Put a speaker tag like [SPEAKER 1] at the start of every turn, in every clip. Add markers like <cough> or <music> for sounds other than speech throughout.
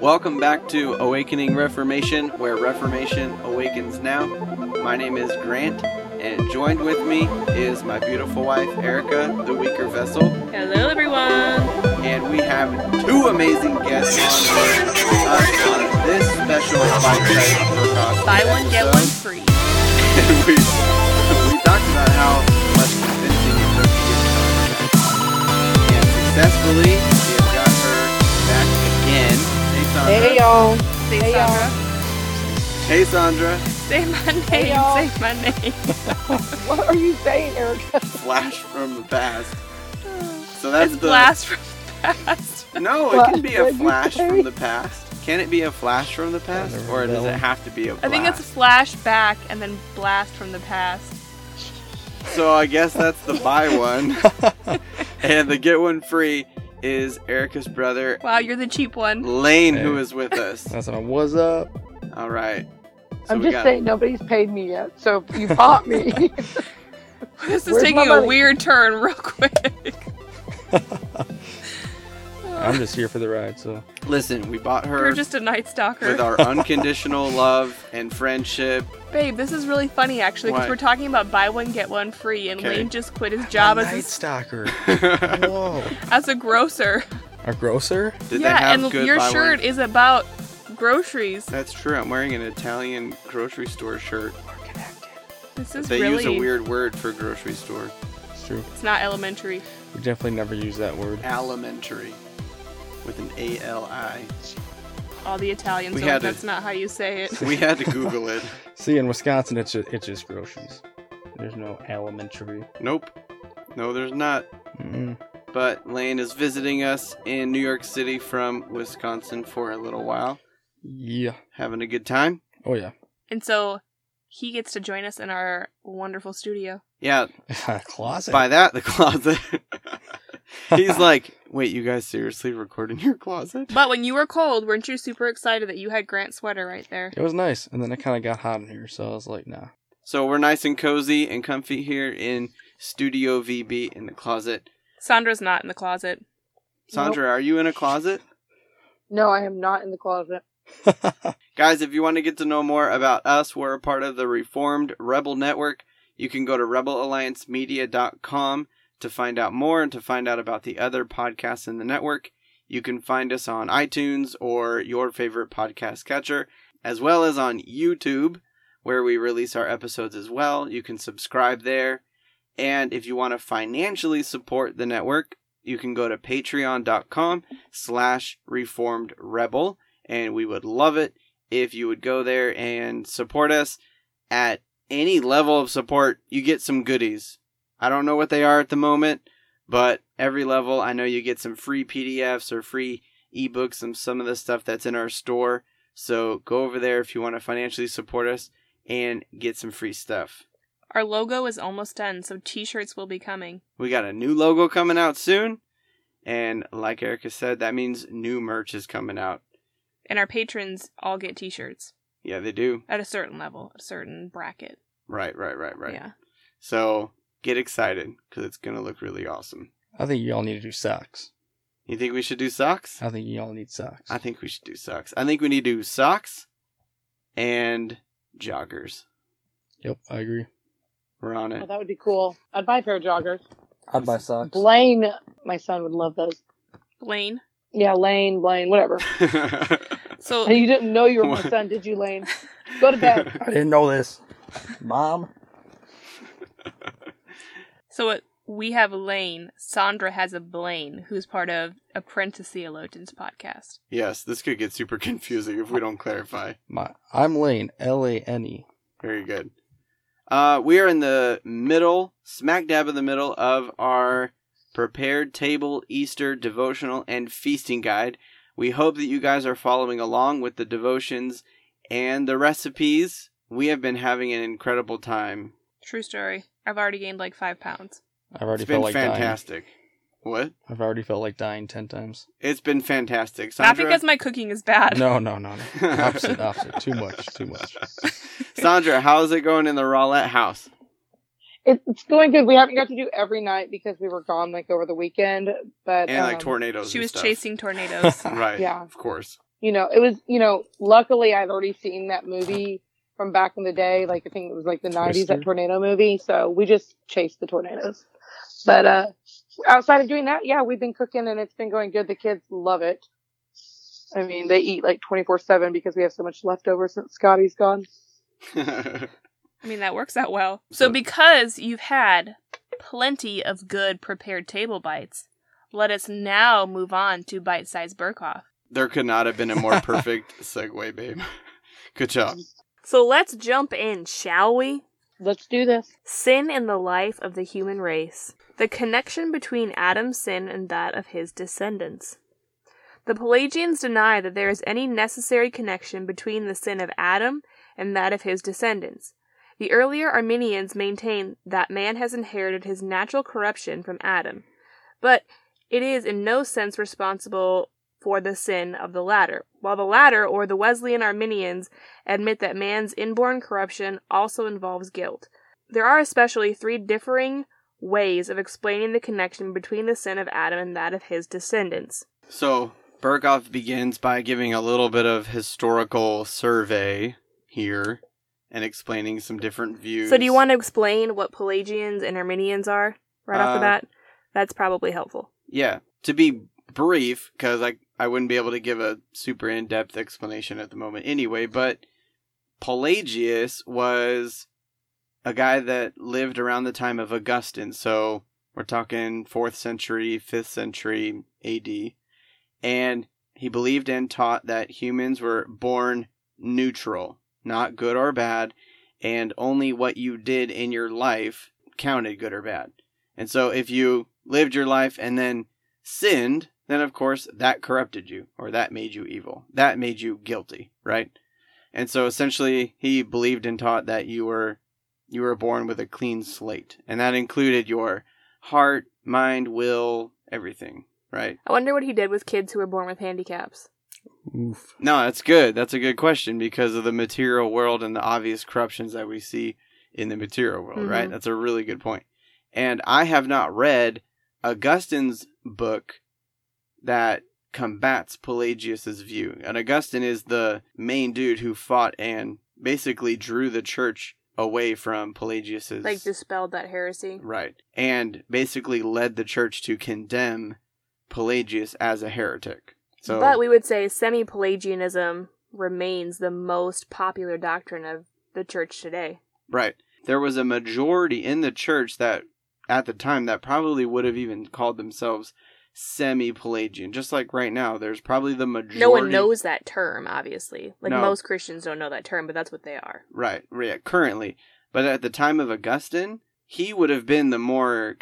[SPEAKER 1] Welcome back to Awakening Reformation, where Reformation awakens now. My name is Grant, and joined with me is my beautiful wife, Erica, the weaker vessel,
[SPEAKER 2] Hello, everyone.
[SPEAKER 1] and we have two amazing guests on with us on this special podcast.
[SPEAKER 2] Buy one, get one
[SPEAKER 1] <laughs>
[SPEAKER 2] free.
[SPEAKER 1] we, we talked about how much convincing it took to get her back. And successfully, we have got her back again. Hey, Sandra. Uh-huh.
[SPEAKER 3] Hey y'all.
[SPEAKER 2] Say
[SPEAKER 3] Hey, y'all.
[SPEAKER 2] Sandra.
[SPEAKER 1] Hey, Sandra.
[SPEAKER 2] Say my name.
[SPEAKER 3] Hey, y'all.
[SPEAKER 2] say my name.
[SPEAKER 3] What are you saying, Erica?
[SPEAKER 1] Flash from the past. So that's
[SPEAKER 2] it's
[SPEAKER 1] the.
[SPEAKER 2] blast from the past.
[SPEAKER 1] No, it
[SPEAKER 3] What?
[SPEAKER 1] can be a
[SPEAKER 3] What'd you
[SPEAKER 1] flash
[SPEAKER 2] <laughs>
[SPEAKER 3] say?
[SPEAKER 1] from the past. Can it be a flash from the past,
[SPEAKER 4] I don't
[SPEAKER 1] or does
[SPEAKER 4] know.
[SPEAKER 1] it have to be a blast?
[SPEAKER 2] I think it's flashback and then blast from the past.
[SPEAKER 1] So I guess that's the
[SPEAKER 2] <laughs>
[SPEAKER 1] buy
[SPEAKER 4] <laughs>
[SPEAKER 1] one, and the get one free is Erica's brother
[SPEAKER 2] Wow, you're the cheap one.
[SPEAKER 1] Lane, who
[SPEAKER 4] Hey.
[SPEAKER 1] is with
[SPEAKER 4] <laughs>
[SPEAKER 1] us.
[SPEAKER 4] That's what was up.
[SPEAKER 1] All right. So
[SPEAKER 3] I'm
[SPEAKER 1] we
[SPEAKER 3] just
[SPEAKER 1] got-
[SPEAKER 3] saying nobody's paid me yet, so if you bought me.
[SPEAKER 2] <laughs>
[SPEAKER 3] <laughs>
[SPEAKER 2] This is
[SPEAKER 3] Where's my
[SPEAKER 2] taking a
[SPEAKER 3] money?
[SPEAKER 2] weird turn,
[SPEAKER 1] <laughs>
[SPEAKER 2] real quick.
[SPEAKER 4] I'm just here for the ride, so
[SPEAKER 1] Listen, we bought her
[SPEAKER 2] You're just a night stalker,
[SPEAKER 1] with
[SPEAKER 2] <laughs>
[SPEAKER 1] our unconditional love and friendship. <laughs>
[SPEAKER 2] babe. This is really funny, actually, because
[SPEAKER 1] What?
[SPEAKER 2] we're talking about buy one get one free, and
[SPEAKER 1] Okay.
[SPEAKER 2] Lane just quit his job
[SPEAKER 4] night
[SPEAKER 1] <laughs>
[SPEAKER 2] as
[SPEAKER 4] stalker.
[SPEAKER 1] Did
[SPEAKER 4] Whoa,
[SPEAKER 2] a, as a grocer.
[SPEAKER 4] a grocer.
[SPEAKER 1] they
[SPEAKER 2] yeah,
[SPEAKER 1] have
[SPEAKER 2] and
[SPEAKER 1] good
[SPEAKER 2] your
[SPEAKER 1] buy one-
[SPEAKER 2] shirt is about groceries.
[SPEAKER 1] That's true. I'm wearing an Italian grocery store shirt.
[SPEAKER 2] This is
[SPEAKER 1] They
[SPEAKER 2] really
[SPEAKER 1] use a weird word for grocery store.
[SPEAKER 4] It's true.
[SPEAKER 2] It's not elementary.
[SPEAKER 4] We definitely never use that word.
[SPEAKER 1] Alimentary, with an A L I.
[SPEAKER 2] All the Italians.
[SPEAKER 1] We
[SPEAKER 2] so
[SPEAKER 1] had to-
[SPEAKER 2] that's not how you say
[SPEAKER 1] <laughs>
[SPEAKER 2] it.
[SPEAKER 1] We had to Google it.
[SPEAKER 4] See, in Wisconsin, it's just, it's just groceries. There's no elementary.
[SPEAKER 1] Nope. No, there's not.
[SPEAKER 4] Mm-mm.
[SPEAKER 1] But Lane is visiting us in New York City from Wisconsin for a little while.
[SPEAKER 4] Yeah.
[SPEAKER 1] Having a good time.
[SPEAKER 4] Oh yeah. <laughs>
[SPEAKER 2] And so he gets to join us in our wonderful studio.
[SPEAKER 1] Yeah,
[SPEAKER 4] Closet.
[SPEAKER 1] by that, the <laughs> closet. He's like, wait, you guys seriously record in your closet?
[SPEAKER 2] But when you were cold, weren't you super excited that you had Grant's sweater right there?
[SPEAKER 4] <laughs> It was nice, and then it kind of got hot in here, so I was like, nah. <laughs>
[SPEAKER 1] So we're nice and cozy and comfy here in Studio VB in the closet.
[SPEAKER 2] Sandra's not in the closet.
[SPEAKER 1] Sandra, are you in a closet?
[SPEAKER 3] no, I am not in the closet.
[SPEAKER 1] Guys, if you want to get to know more about us, we're a part of the Reformed Rebel Network. You can go to rebelalliancemedia.com to find out more and to find out about the other podcasts in the network. You can find us on iTunes or your favorite podcast catcher, as well as on YouTube, where we release our episodes as well. You can subscribe there. And if you want to financially support the network, you can go to patreon.com slash reformed rebel, and we would love it if you would go there and support us at any level of support, you get some goodies. I don't know what they are at the moment, but every level, I know you get some free PDFs or free ebooks and some of the stuff that's in our store. So go over there if you want to financially support us and get some free stuff.
[SPEAKER 2] Our logo is almost done, so t shirts will be coming.
[SPEAKER 1] We got a new logo coming out soon. And like Erica said, that means new merch is coming out.
[SPEAKER 2] And our patrons all get t shirts
[SPEAKER 1] Yeah, they do.
[SPEAKER 2] at a certain level, a certain bracket.
[SPEAKER 1] Right, right, right, right.
[SPEAKER 2] Yeah.
[SPEAKER 1] So get excited because it's going to look really awesome.
[SPEAKER 4] I think y'all need to do socks.
[SPEAKER 1] You think we should do socks?
[SPEAKER 4] I think y'all need socks.
[SPEAKER 1] I think we should do socks. I think we need to do socks and joggers.
[SPEAKER 4] Yep, I agree.
[SPEAKER 1] We're on
[SPEAKER 3] Oh,
[SPEAKER 1] it.
[SPEAKER 3] that would be cool. I'd buy a pair of joggers.
[SPEAKER 4] I'd buy socks.
[SPEAKER 3] Blaine, my son would love those.
[SPEAKER 2] Blaine.
[SPEAKER 3] Yeah, Lane, Blaine, whatever.
[SPEAKER 2] So
[SPEAKER 3] You didn't know you were my
[SPEAKER 1] What?
[SPEAKER 3] son, did you, Lane? <laughs> Go to bed.
[SPEAKER 4] I didn't know this, Mom.
[SPEAKER 2] so it, we have Lane. Sandra has a Blaine who's part of Apprentice Theologians podcast.
[SPEAKER 1] <laughs> yes, this could get super confusing if we don't clarify.
[SPEAKER 4] My, I'm Lane. L A N E.
[SPEAKER 1] Very good. Uh, we are in the middle, smack dab in the middle of our prepared table Easter devotional and feasting guide. We hope that you guys are following along with the devotions and the recipes. We have been having an incredible time.
[SPEAKER 2] True story. I've already gained like five pounds.
[SPEAKER 4] I've already
[SPEAKER 1] It's
[SPEAKER 4] felt
[SPEAKER 1] been
[SPEAKER 4] like dying.
[SPEAKER 1] fantastic. What?
[SPEAKER 4] I've already felt like dying ten
[SPEAKER 2] <laughs>
[SPEAKER 4] times.
[SPEAKER 1] It's been fantastic.
[SPEAKER 2] Not
[SPEAKER 1] Sandra, <laughs>
[SPEAKER 2] because my cooking is bad.
[SPEAKER 4] No, no, no, no. opposite, opposite. Too much, too much.
[SPEAKER 1] Sandra, how's it going in the Rowlett house?
[SPEAKER 3] It, it's going good. We haven't got to do every night because we were gone like over the weekend, but
[SPEAKER 1] And like
[SPEAKER 3] um,
[SPEAKER 1] tornadoes.
[SPEAKER 2] She
[SPEAKER 1] and
[SPEAKER 2] was
[SPEAKER 1] stuff. <laughs>
[SPEAKER 2] chasing tornadoes.
[SPEAKER 1] Right.
[SPEAKER 3] Yeah.
[SPEAKER 1] Of course. <laughs>
[SPEAKER 3] you know, it was, you know, luckily I'd already seen that movie from back in the day. Like I think it was like the nineties, that
[SPEAKER 4] Twister.
[SPEAKER 3] tornado movie. So we just chased the tornadoes. But, uh, outside of doing that, yeah, we've been cooking and it's been going good. The kids love it. I mean, they eat like 24 seven because we have so much leftover since Scotty's gone.
[SPEAKER 2] I mean, that works out well. So,
[SPEAKER 1] So-
[SPEAKER 2] because you've had plenty of good prepared table bites, let us now move on to bite sized Burkhoff.
[SPEAKER 1] there could not have been a more
[SPEAKER 2] <laughs>
[SPEAKER 1] perfect segue, babe. <laughs> Good job.
[SPEAKER 2] Mm-hmm. So, let's jump in, shall we?
[SPEAKER 3] Let's do this.
[SPEAKER 2] Sin in the life of the human race. The connection between Adam's sin and that of his descendants. The Pelagians deny that there is any necessary connection between the sin of Adam and that of his descendants. The earlier Arminians maintain that man has inherited his natural corruption from Adam, but it is in no sense responsible for the sin of the latter, while the latter, or the Wesleyan Arminians, admit that man's inborn corruption also involves guilt. There are especially three differing ways of explaining the connection between the sin of Adam and that of his descendants.
[SPEAKER 1] So Berghoff begins by giving a little bit of historical survey here and explaining some different views.
[SPEAKER 2] So, do you want to explain what Pelagians and Arminians are right off the
[SPEAKER 1] Uh,
[SPEAKER 2] bat? That's probably helpful.
[SPEAKER 1] Yeah, to be brief, because I I wouldn't be able to give a super in depth explanation at the moment anyway. But Pelagius was a guy that lived around the time of Augustine, so we're talking fourth century, fifth century A.D. And he believed and taught that humans were born neutral, not good or bad, and only what you did in your life counted good or bad. And so if you lived your life and then sinned, then of course that corrupted you or that made you evil. That made you guilty, right? And so essentially he believed and taught that you were you were born with a clean slate and that included your heart, mind, will, everything, right?
[SPEAKER 2] I wonder what he did with kids who were born with handicaps.
[SPEAKER 4] Oof.
[SPEAKER 1] No, that's good. That's a good question because of the material world and the obvious corruptions that we see in the material world,
[SPEAKER 2] Mm-hmm.
[SPEAKER 1] right? That's a really good point. And I have not read Augustine's book that combats Pelagius's view. And Augustine is the main dude who fought and basically drew the church away from Pelagius's
[SPEAKER 2] Like, dispelled that heresy.
[SPEAKER 1] Right. And basically led the church to condemn Pelagius as a heretic. So
[SPEAKER 2] But we would say semi Pelagianism remains the most popular doctrine of the church today.
[SPEAKER 1] Right. There was a majority in the church that at the time that probably would have even called themselves semi Pelagian. Just like right now, there's probably the majority
[SPEAKER 2] No one knows that term, obviously. Like,
[SPEAKER 1] No.
[SPEAKER 2] most Christians don't know that term, but that's what they are.
[SPEAKER 1] Right, yeah, currently. But at the time of Augustine, he would have been the more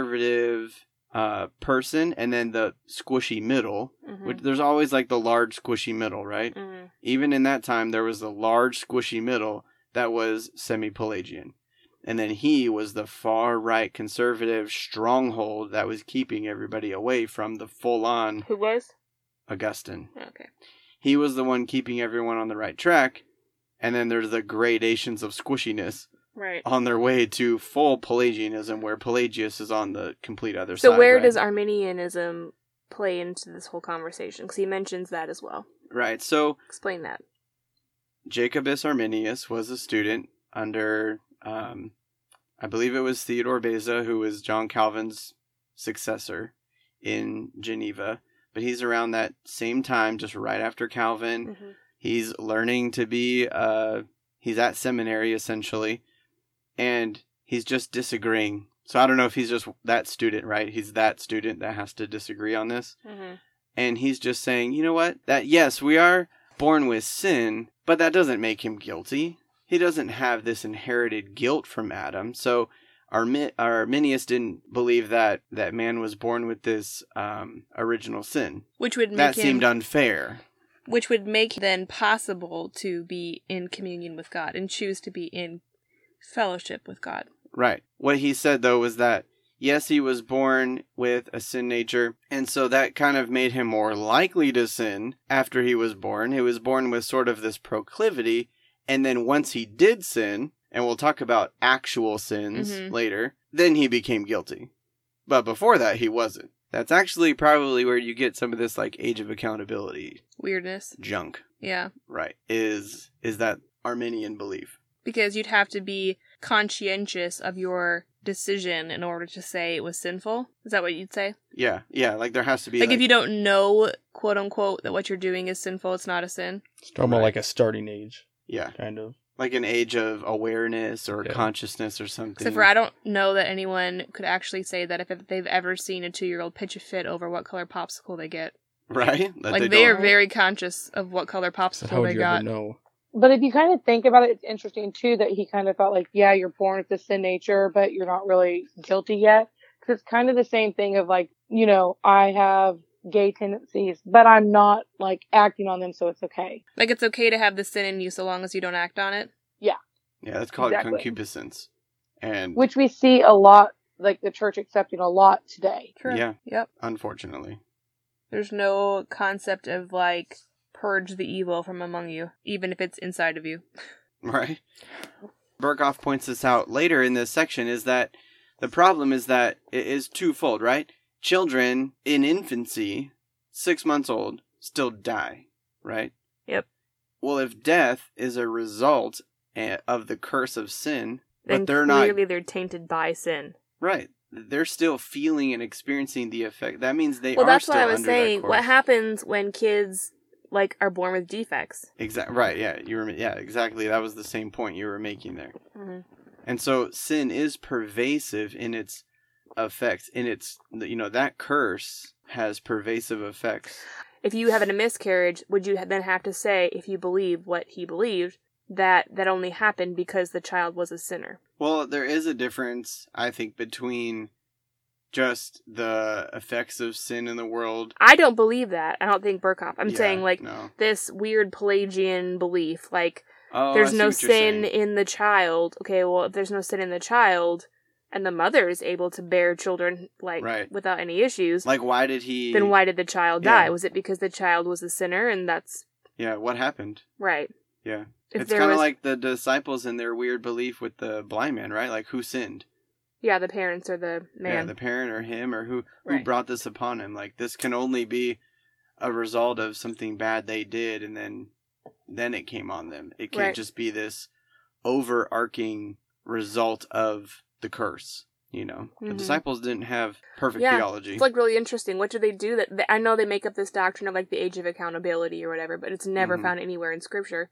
[SPEAKER 1] conservative uh, person and then the squishy middle.
[SPEAKER 2] Mhm.
[SPEAKER 1] Which there's always like the large squishy middle, right?
[SPEAKER 2] Mm.
[SPEAKER 1] even in that time there was the large squishy middle that was semi-pelagian and then he was the far right conservative stronghold that was keeping everybody away from the full-on
[SPEAKER 2] Who was?
[SPEAKER 1] augustine
[SPEAKER 2] Okay.
[SPEAKER 1] he was the one keeping everyone on the right track and then there's the gradations of squishiness
[SPEAKER 2] Right.
[SPEAKER 1] on their way to full pelagianism where pelagius is on the complete other
[SPEAKER 2] So
[SPEAKER 1] side
[SPEAKER 2] where
[SPEAKER 1] right?
[SPEAKER 2] does Arminianism play into this whole conversation? Because he mentions that as well.
[SPEAKER 1] right so
[SPEAKER 2] Explain that.
[SPEAKER 1] Jacobus Arminius was a student under, um, I believe it was Theodore Beza, who was John Calvin's successor in Geneva. But he's around that same time, just right after Calvin
[SPEAKER 2] Mm. Mm-hmm.
[SPEAKER 1] he's learning to be uh he's at seminary essentially and he's just disagreeing so i don't know if he's just that student right he's that student that has to disagree on this
[SPEAKER 2] Mhm.
[SPEAKER 1] and he's just saying you know what that yes we are born with sin but that doesn't make him guilty he doesn't have this inherited guilt from adam so Armi- arminius didn't believe that that man was born with this um, original sin
[SPEAKER 2] Which would make
[SPEAKER 1] that
[SPEAKER 2] him,
[SPEAKER 1] seemed unfair
[SPEAKER 2] which would make then possible to be in communion with God and choose to be in fellowship with God.
[SPEAKER 1] Right. What he said though was that yes, he was born with a sin nature, and so that kind of made him more likely to sin after he was born. He was born with sort of this proclivity, and then once he did sin, and we'll talk about actual sins
[SPEAKER 2] Mhm.
[SPEAKER 1] later, then he became guilty. But before that, he wasn't. That's actually probably where you get some of this like age of accountability
[SPEAKER 2] Weirdness.
[SPEAKER 1] junk,
[SPEAKER 2] Yeah.
[SPEAKER 1] right? Is is that Arminian belief?
[SPEAKER 2] Because you'd have to be conscientious of your decision in order to say it was sinful. Is that what you'd say?
[SPEAKER 1] Yeah, yeah. Like there has to be
[SPEAKER 2] like, if you don't know, quote unquote, that what you're doing is sinful, it's not a sin.
[SPEAKER 4] Almost
[SPEAKER 1] Right.
[SPEAKER 4] like a starting age,
[SPEAKER 1] yeah,
[SPEAKER 4] kind of.
[SPEAKER 1] like an age of awareness or
[SPEAKER 4] Yeah.
[SPEAKER 1] consciousness or something.
[SPEAKER 2] Except for I don't know that anyone could actually say that if they've ever seen a two year old pitch a fit over what color popsicle they get.
[SPEAKER 1] right? That
[SPEAKER 2] like they,
[SPEAKER 1] don't-
[SPEAKER 2] are very conscious of what color
[SPEAKER 4] So
[SPEAKER 2] popsicle
[SPEAKER 4] how would
[SPEAKER 2] they
[SPEAKER 4] you
[SPEAKER 2] got.
[SPEAKER 4] ever know?
[SPEAKER 3] But if you kind of think about it, it's interesting too that he kind of thought like, yeah, you're born with this sin nature, but you're not really guilty yet. Cause it's kind of the same thing of like, you know, I have gay tendencies, but I'm not like acting on them. So it's okay.
[SPEAKER 2] Like it's okay to have the sin in you so long as you don't act on it.
[SPEAKER 1] yeah. That's called
[SPEAKER 3] Exactly.
[SPEAKER 1] concupiscence, and
[SPEAKER 3] Which we see a lot, like the church accepting a lot today.
[SPEAKER 1] Yeah.
[SPEAKER 2] Yep.
[SPEAKER 1] unfortunately, <laughs>
[SPEAKER 2] There's no concept of like purge the evil from among you, even if it's inside of you.
[SPEAKER 1] right? Burkhoff points this out later in this section is that the problem is that it is twofold, right? Children in infancy, six months old, still die, right?
[SPEAKER 2] Yep.
[SPEAKER 1] Well, if death is a result eh, of the curse of sin,
[SPEAKER 2] Then
[SPEAKER 1] but they're not
[SPEAKER 2] clearly they're tainted by sin.
[SPEAKER 1] right. They're still feeling and experiencing the effect. That means they
[SPEAKER 2] well,
[SPEAKER 1] are
[SPEAKER 2] that's
[SPEAKER 1] still
[SPEAKER 2] what I was
[SPEAKER 1] under that
[SPEAKER 2] saying. What
[SPEAKER 1] course.
[SPEAKER 2] happens when kids like are born with defects?
[SPEAKER 1] Exactly. Right. Yeah. You were. Yeah. Exactly. That was the same point you were making there.
[SPEAKER 2] Mhm.
[SPEAKER 1] And so sin is pervasive in its effects. In its, you know, that curse has pervasive effects.
[SPEAKER 2] If you have a miscarriage, would you then have to say, if you believe what he believed, that that only happened because the child was a sinner?
[SPEAKER 1] Well, there is a difference, I think, between just the effects of sin in the world.
[SPEAKER 2] I don't believe that. I don't think Burkhoff. I'm
[SPEAKER 1] Yeah,
[SPEAKER 2] saying like
[SPEAKER 1] no.
[SPEAKER 2] this weird Pelagian belief, like
[SPEAKER 1] Oh, I
[SPEAKER 2] there's
[SPEAKER 1] see
[SPEAKER 2] no
[SPEAKER 1] what you're
[SPEAKER 2] sin
[SPEAKER 1] saying.
[SPEAKER 2] in the child. Okay, well, if there's no sin in the child, and the mother is able to bear children like
[SPEAKER 1] Right.
[SPEAKER 2] without any issues,
[SPEAKER 1] Like, why did he?
[SPEAKER 2] then why did the child
[SPEAKER 1] Yeah.
[SPEAKER 2] die? Was it because the child was a sinner? And that's
[SPEAKER 1] Yeah. What happened?
[SPEAKER 2] right.
[SPEAKER 1] Yeah.
[SPEAKER 2] If
[SPEAKER 1] it's
[SPEAKER 2] there
[SPEAKER 1] kind of
[SPEAKER 2] was,
[SPEAKER 1] like the disciples and their weird belief with the blind man, right? Like, who sinned?
[SPEAKER 2] yeah, the parents or the
[SPEAKER 1] yeah,
[SPEAKER 2] man.
[SPEAKER 1] the parent or him or who who
[SPEAKER 2] Right.
[SPEAKER 1] brought this upon him. Like this can only be a result of something bad they did, and then then it came on them. It can't
[SPEAKER 2] Right.
[SPEAKER 1] just be this overarching result of the curse. You know, the
[SPEAKER 2] Mhm.
[SPEAKER 1] disciples didn't have perfect
[SPEAKER 2] Yeah,
[SPEAKER 1] theology.
[SPEAKER 2] It's like really interesting. What do they do? That that- I know they make up this doctrine of like the age of accountability or whatever, but it's never
[SPEAKER 1] Mhm.
[SPEAKER 2] found anywhere in scripture.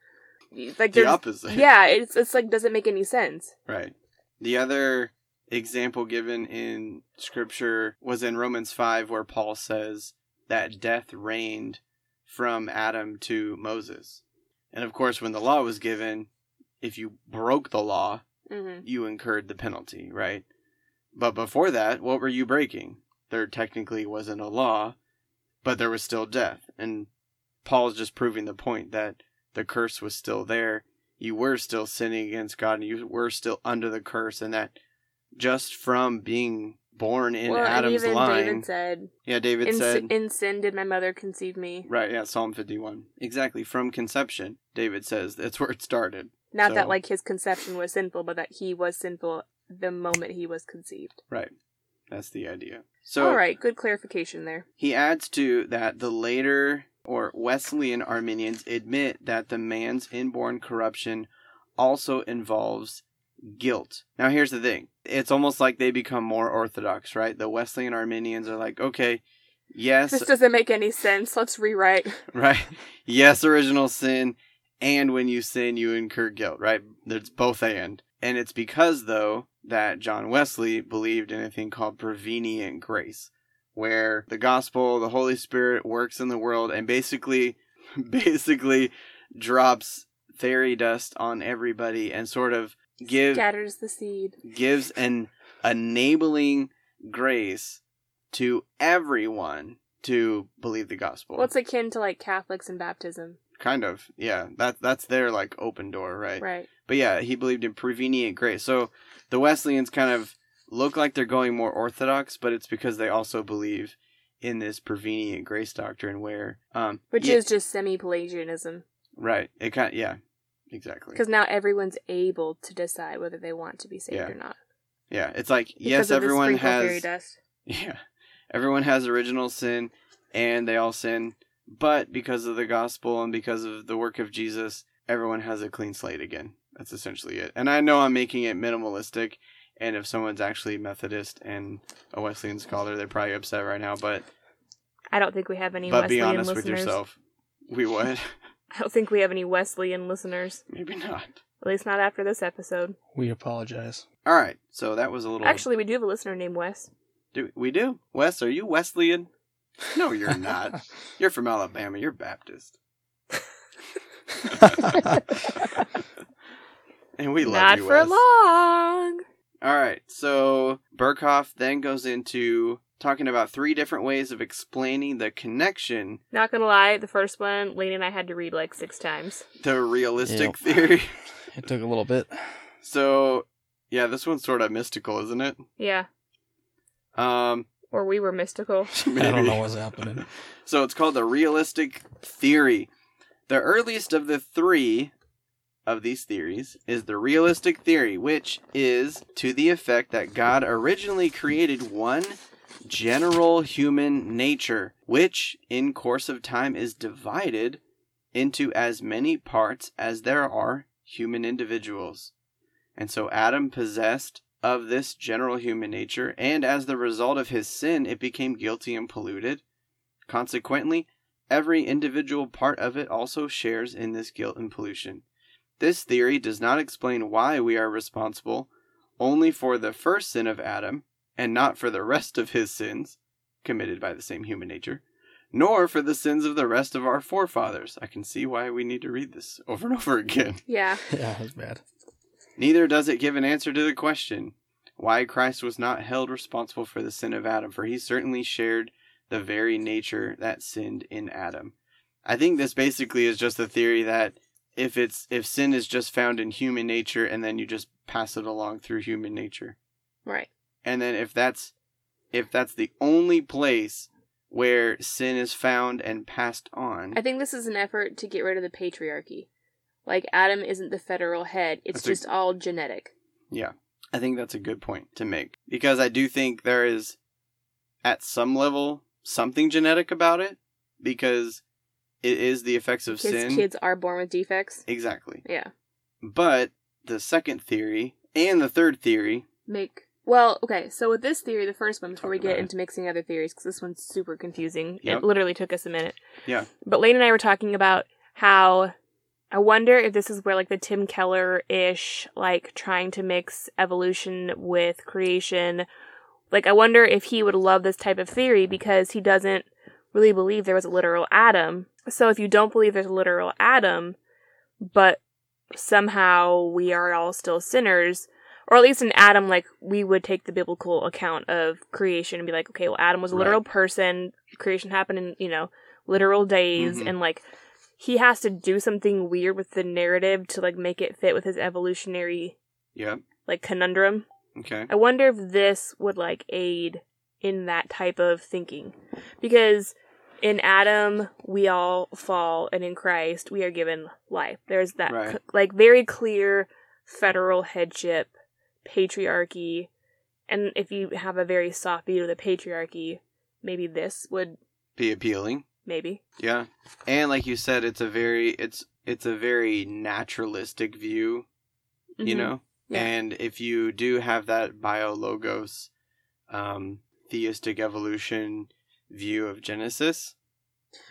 [SPEAKER 2] Like
[SPEAKER 1] the
[SPEAKER 2] there's
[SPEAKER 1] opposite.
[SPEAKER 2] yeah, it's it's like doesn't make any sense.
[SPEAKER 1] Right. The other example given in scripture was in Romans 5 where Paul says that death reigned from Adam to Moses. And of course when the law was given, if you broke the law,
[SPEAKER 2] Mm-hmm.
[SPEAKER 1] you incurred the penalty, right? But before that, what were you breaking? There technically wasn't a law, but there was still death. And Paul's just proving the point that the curse was still there. You were still sinning against God and you were still under the curse and that just from being born in
[SPEAKER 2] well, and
[SPEAKER 1] Adam's
[SPEAKER 2] even
[SPEAKER 1] line.
[SPEAKER 2] David said,
[SPEAKER 1] yeah, David
[SPEAKER 2] in,
[SPEAKER 1] said
[SPEAKER 2] sin, in sin did my mother conceive me.
[SPEAKER 1] Right, yeah, Psalm 51. Exactly, from conception, David says that's where it started.
[SPEAKER 2] Not
[SPEAKER 1] So-
[SPEAKER 2] that like his conception was sinful, but that he was sinful the moment he was conceived.
[SPEAKER 1] Right. That's the idea. So
[SPEAKER 2] All right, good clarification there.
[SPEAKER 1] He adds to that the later or Wesleyan Arminians admit that the man's inborn corruption also involves guilt. Now, here's the thing it's almost like they become more orthodox, right? The Wesleyan Arminians are like, okay, yes,
[SPEAKER 2] This doesn't make any sense. Let's rewrite.
[SPEAKER 1] right? Yes, original sin, and when you sin, you incur guilt, right? It's both and. And it's because, though, that John Wesley believed in a thing called prevenient grace, where the gospel, the Holy Spirit works in the world and basically, <laughs> basically drops fairy dust on everybody and sort of gives
[SPEAKER 2] Scatters the seed.
[SPEAKER 1] gives an enabling grace to everyone to believe the gospel
[SPEAKER 2] Well, it's akin to like Catholics and baptism,
[SPEAKER 1] kind of yeah that that's their like open door right?
[SPEAKER 2] right?
[SPEAKER 1] but yeah he believed in prevenient grace so the wesleyans kind of look like they're going more orthodox but it's because they also believe in this prevenient grace doctrine where um
[SPEAKER 2] Which
[SPEAKER 1] yeah,
[SPEAKER 2] is just semi-Pelagianism,
[SPEAKER 1] right it kind yeah exactly
[SPEAKER 2] because now everyone's able to decide whether they want to be saved
[SPEAKER 1] Yeah.
[SPEAKER 2] or not.
[SPEAKER 1] yeah it's like
[SPEAKER 2] because
[SPEAKER 1] yes
[SPEAKER 2] of the
[SPEAKER 1] everyone
[SPEAKER 2] sprinkle
[SPEAKER 1] has
[SPEAKER 2] fairy dust.
[SPEAKER 1] Yeah. Everyone has original sin and they all sin, but because of the gospel and because of the work of Jesus, everyone has a clean slate again. That's essentially it. And I know I'm making it minimalistic, and if someone's actually Methodist and a Wesleyan scholar, they're probably upset right now, but
[SPEAKER 2] I don't think we have any
[SPEAKER 1] but be
[SPEAKER 2] Wesleyan
[SPEAKER 1] honest
[SPEAKER 2] listeners.
[SPEAKER 1] with yourself. We would.
[SPEAKER 2] <laughs>
[SPEAKER 1] <laughs>
[SPEAKER 2] I don't think we have any Wesleyan listeners.
[SPEAKER 1] Maybe not.
[SPEAKER 2] At least not after this episode.
[SPEAKER 4] We apologize.
[SPEAKER 1] All right. So that was a little
[SPEAKER 2] Actually, we do have a listener named Wes.
[SPEAKER 1] Do we do? Wes, are you Wesleyan? No, you're
[SPEAKER 2] <laughs>
[SPEAKER 4] <laughs>
[SPEAKER 1] not. you're from Alabama. You're Baptist, and we love
[SPEAKER 2] not
[SPEAKER 1] you,
[SPEAKER 2] for
[SPEAKER 1] Wes.
[SPEAKER 2] long.
[SPEAKER 1] All right. So Burkhoff then goes into talking about three different ways of explaining the connection,
[SPEAKER 2] Not gonna lie, the first one, Lane and I had to read like six times.
[SPEAKER 1] the realistic
[SPEAKER 4] Yep.
[SPEAKER 1] theory. <laughs>
[SPEAKER 4] it took a little bit.
[SPEAKER 1] So, yeah, this one's sort of mystical, isn't it?
[SPEAKER 2] Yeah,
[SPEAKER 1] Um,
[SPEAKER 2] or we were mystical.
[SPEAKER 1] maybe.
[SPEAKER 4] <laughs> I don't know what's happening.
[SPEAKER 1] So it's called the realistic theory. The earliest of the three of these theories is the realistic theory, which is to the effect that God originally created one general human nature, which in course of time is divided into as many parts as there are human individuals. And so Adam possessed of this general human nature, and as the result of his sin, it became guilty and polluted. Consequently, every individual part of it also shares in this guilt and pollution. This theory does not explain why we are responsible only for the first sin of Adam and not for the rest of his sins committed by the same human nature, nor for the sins of the rest of our forefathers. I can see why we need to read this over and over <laughs> again.
[SPEAKER 2] Yeah,
[SPEAKER 4] Yeah, that's bad.
[SPEAKER 1] Neither does it give an answer to the question why Christ was not held responsible for the sin of Adam, for he certainly shared the very nature that sinned in Adam. I think this basically is just the theory that if it's if sin is just found in human nature and then you just pass it along through human nature.
[SPEAKER 2] right.
[SPEAKER 1] And then if that's if that's the only place where sin is found and passed on.
[SPEAKER 2] I think this is an effort to get rid of the patriarchy. Like Adam isn't the federal head; it's
[SPEAKER 1] I think-
[SPEAKER 2] just all genetic.
[SPEAKER 1] I think that's a good point to make because I do think there is, at some level, something genetic about it because it is the effects of
[SPEAKER 2] His
[SPEAKER 1] sin.
[SPEAKER 2] kids are born with defects.
[SPEAKER 1] Exactly.
[SPEAKER 2] Yeah,
[SPEAKER 1] But the second theory and the third theory,
[SPEAKER 2] make. Well, okay. So with this theory, the first one, before we
[SPEAKER 1] Talk
[SPEAKER 2] get
[SPEAKER 1] about it.
[SPEAKER 2] into mixing other theories, because this one's super confusing.
[SPEAKER 1] Yep.
[SPEAKER 2] It literally took us a minute.
[SPEAKER 1] Yeah.
[SPEAKER 2] But Lane and I were talking about how I wonder if this is where like the Tim Keller ish, like trying to mix evolution with creation. Like I wonder if he would love this type of theory because he doesn't really believe there was a literal Adam. So if you don't believe there's a literal Adam, but somehow we are all still sinners, or at least in Adam, like we would take the biblical account of creation and be like, okay, well, Adam was a literal person. Creation happened in you know literal days,
[SPEAKER 1] Mhm.
[SPEAKER 2] and like he has to do something weird with the narrative to like make it fit with his evolutionary
[SPEAKER 1] yeah,
[SPEAKER 2] like conundrum.
[SPEAKER 1] okay,
[SPEAKER 2] I wonder if this would like aid in that type of thinking. Because in Adam, we all fall, and in Christ, we are given life. There's that
[SPEAKER 1] Right.
[SPEAKER 2] c- like very clear federal headship, patriarchy, and if you have a very soft view of the patriarchy, maybe this would
[SPEAKER 1] be appealing.
[SPEAKER 2] maybe
[SPEAKER 1] Yeah, and like you said, it's a very it's it's a very naturalistic view you
[SPEAKER 2] Mhm.
[SPEAKER 1] know
[SPEAKER 2] Yeah.
[SPEAKER 1] and if you do have that biologos um theistic evolution view of genesis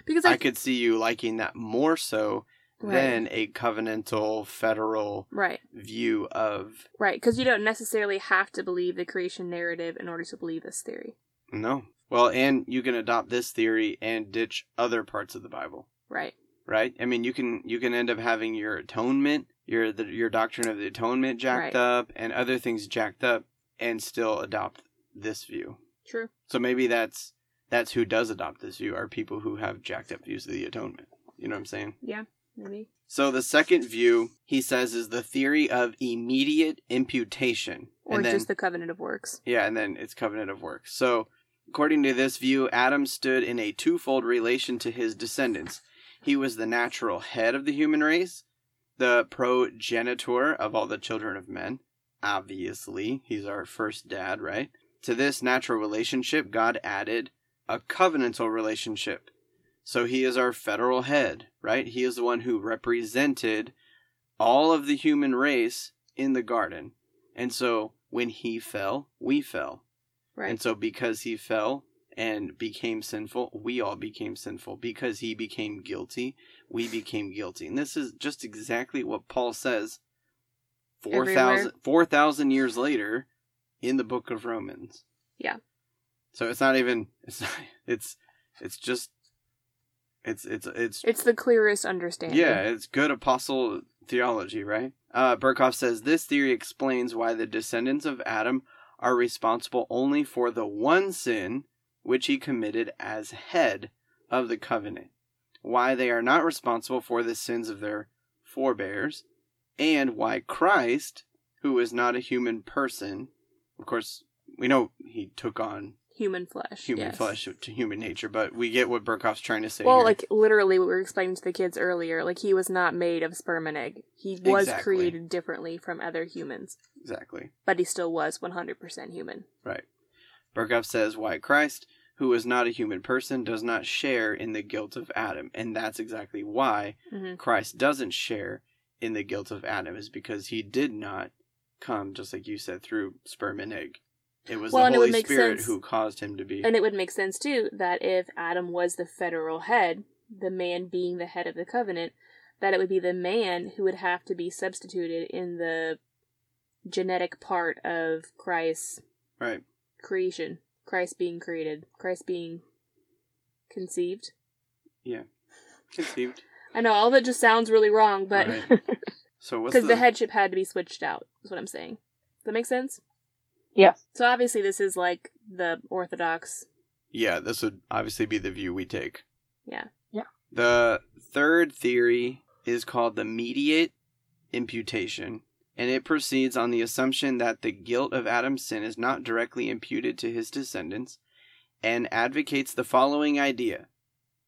[SPEAKER 2] because
[SPEAKER 1] i could see you liking that more so than a covenantal federal
[SPEAKER 2] right
[SPEAKER 1] view of
[SPEAKER 2] right because you don't necessarily have to believe the creation narrative in order to believe this theory
[SPEAKER 1] no well and you can adopt this theory and ditch other parts of the bible
[SPEAKER 2] right
[SPEAKER 1] right i mean you can you can end up having your atonement your the, your doctrine of the atonement jacked
[SPEAKER 2] Right.
[SPEAKER 1] up and other things jacked up and still adopt this view
[SPEAKER 2] true
[SPEAKER 1] So maybe that's that's who does adopt this view are people who have jacked up views of the atonement. You know what I'm saying?
[SPEAKER 2] maybe
[SPEAKER 1] So the second view he says is the theory of immediate imputation,
[SPEAKER 2] or
[SPEAKER 1] and then
[SPEAKER 2] just the covenant of works.
[SPEAKER 1] yeah, and then it's covenant of works. So according to this view, Adam stood in a twofold relation to his descendants. He was the natural head of the human race, the progenitor of all the children of men. Obviously, he's our first dad, right? To this natural relationship, God added a covenantal relationship. So he is our federal head, right? He is the one who represented all of the human race in the garden. And so when he fell, we fell. And
[SPEAKER 2] Right.
[SPEAKER 1] so because he fell and became sinful, we all became sinful. Because he became guilty, we became guilty. And this is just exactly what Paul says 4,000 4,000 years later in the book of Romans.
[SPEAKER 2] Yeah.
[SPEAKER 1] So it's not even it's not, <laughs> it's it's just it's it's it's
[SPEAKER 2] It's the clearest understanding.
[SPEAKER 1] yeah, it's good apostle theology, right? Uh, Burkhoff says this theory explains why the descendants of Adam are responsible only for the one sin which he committed as head of the covenant, why they are not responsible for the sins of their forebears, and why Christ, who is not a human person, of course, we know he took on
[SPEAKER 2] Human flesh.
[SPEAKER 1] human
[SPEAKER 2] yes.
[SPEAKER 1] flesh to human nature, but we get what Burkhoff's trying to say.
[SPEAKER 2] Well,
[SPEAKER 1] here.
[SPEAKER 2] like literally what we were explaining to the kids earlier, like he was not made of sperm and egg. He was
[SPEAKER 1] Exactly.
[SPEAKER 2] created differently from other humans,
[SPEAKER 1] exactly.
[SPEAKER 2] but he still was 100% human.
[SPEAKER 1] Burkhoff says why Christ, who is not a human person, does not share in the guilt of Adam. And that's exactly why
[SPEAKER 2] hmm
[SPEAKER 1] Christ doesn't share in the guilt of Adam, is because he did not come, just like you said, through sperm and egg. It was
[SPEAKER 2] Well,
[SPEAKER 1] the
[SPEAKER 2] and it would
[SPEAKER 1] Holy
[SPEAKER 2] make
[SPEAKER 1] Spirit
[SPEAKER 2] sense-
[SPEAKER 1] who caused him to be.
[SPEAKER 2] And it would make sense too that if Adam was the federal head, the man being the head of the covenant, that it would be the man who would have to be substituted in the genetic part of Christ's
[SPEAKER 1] right.
[SPEAKER 2] creation, Christ being created, Christ being conceived.
[SPEAKER 1] Conceived.
[SPEAKER 2] I know all of it just sounds really wrong, but <laughs>
[SPEAKER 1] Right. So what's
[SPEAKER 2] because
[SPEAKER 1] the,
[SPEAKER 2] the headship had to be switched out, is what I'm saying. Does that make sense?
[SPEAKER 3] Yes.
[SPEAKER 2] So obviously this is like the orthodox
[SPEAKER 1] Yeah, this would obviously be the view we take.
[SPEAKER 2] Yeah.
[SPEAKER 3] Yeah.
[SPEAKER 1] The third theory is called the mediate imputation, and it proceeds on the assumption that the guilt of Adam's sin is not directly imputed to his descendants and advocates the following idea.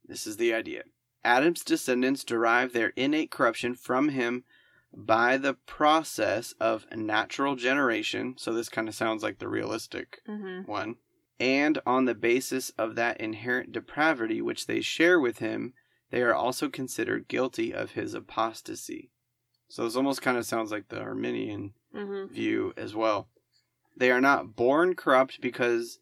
[SPEAKER 1] This is the idea. Adam's descendants derive their innate corruption from him by the process of natural generation. So this kind of sounds like the realistic
[SPEAKER 2] mm-hmm.
[SPEAKER 1] one, and on the basis of that inherent depravity which they share with him, they are also considered guilty of his apostasy. So this almost kind of sounds like the Arminian
[SPEAKER 2] Mm-hmm.
[SPEAKER 1] view as well. They are not born corrupt because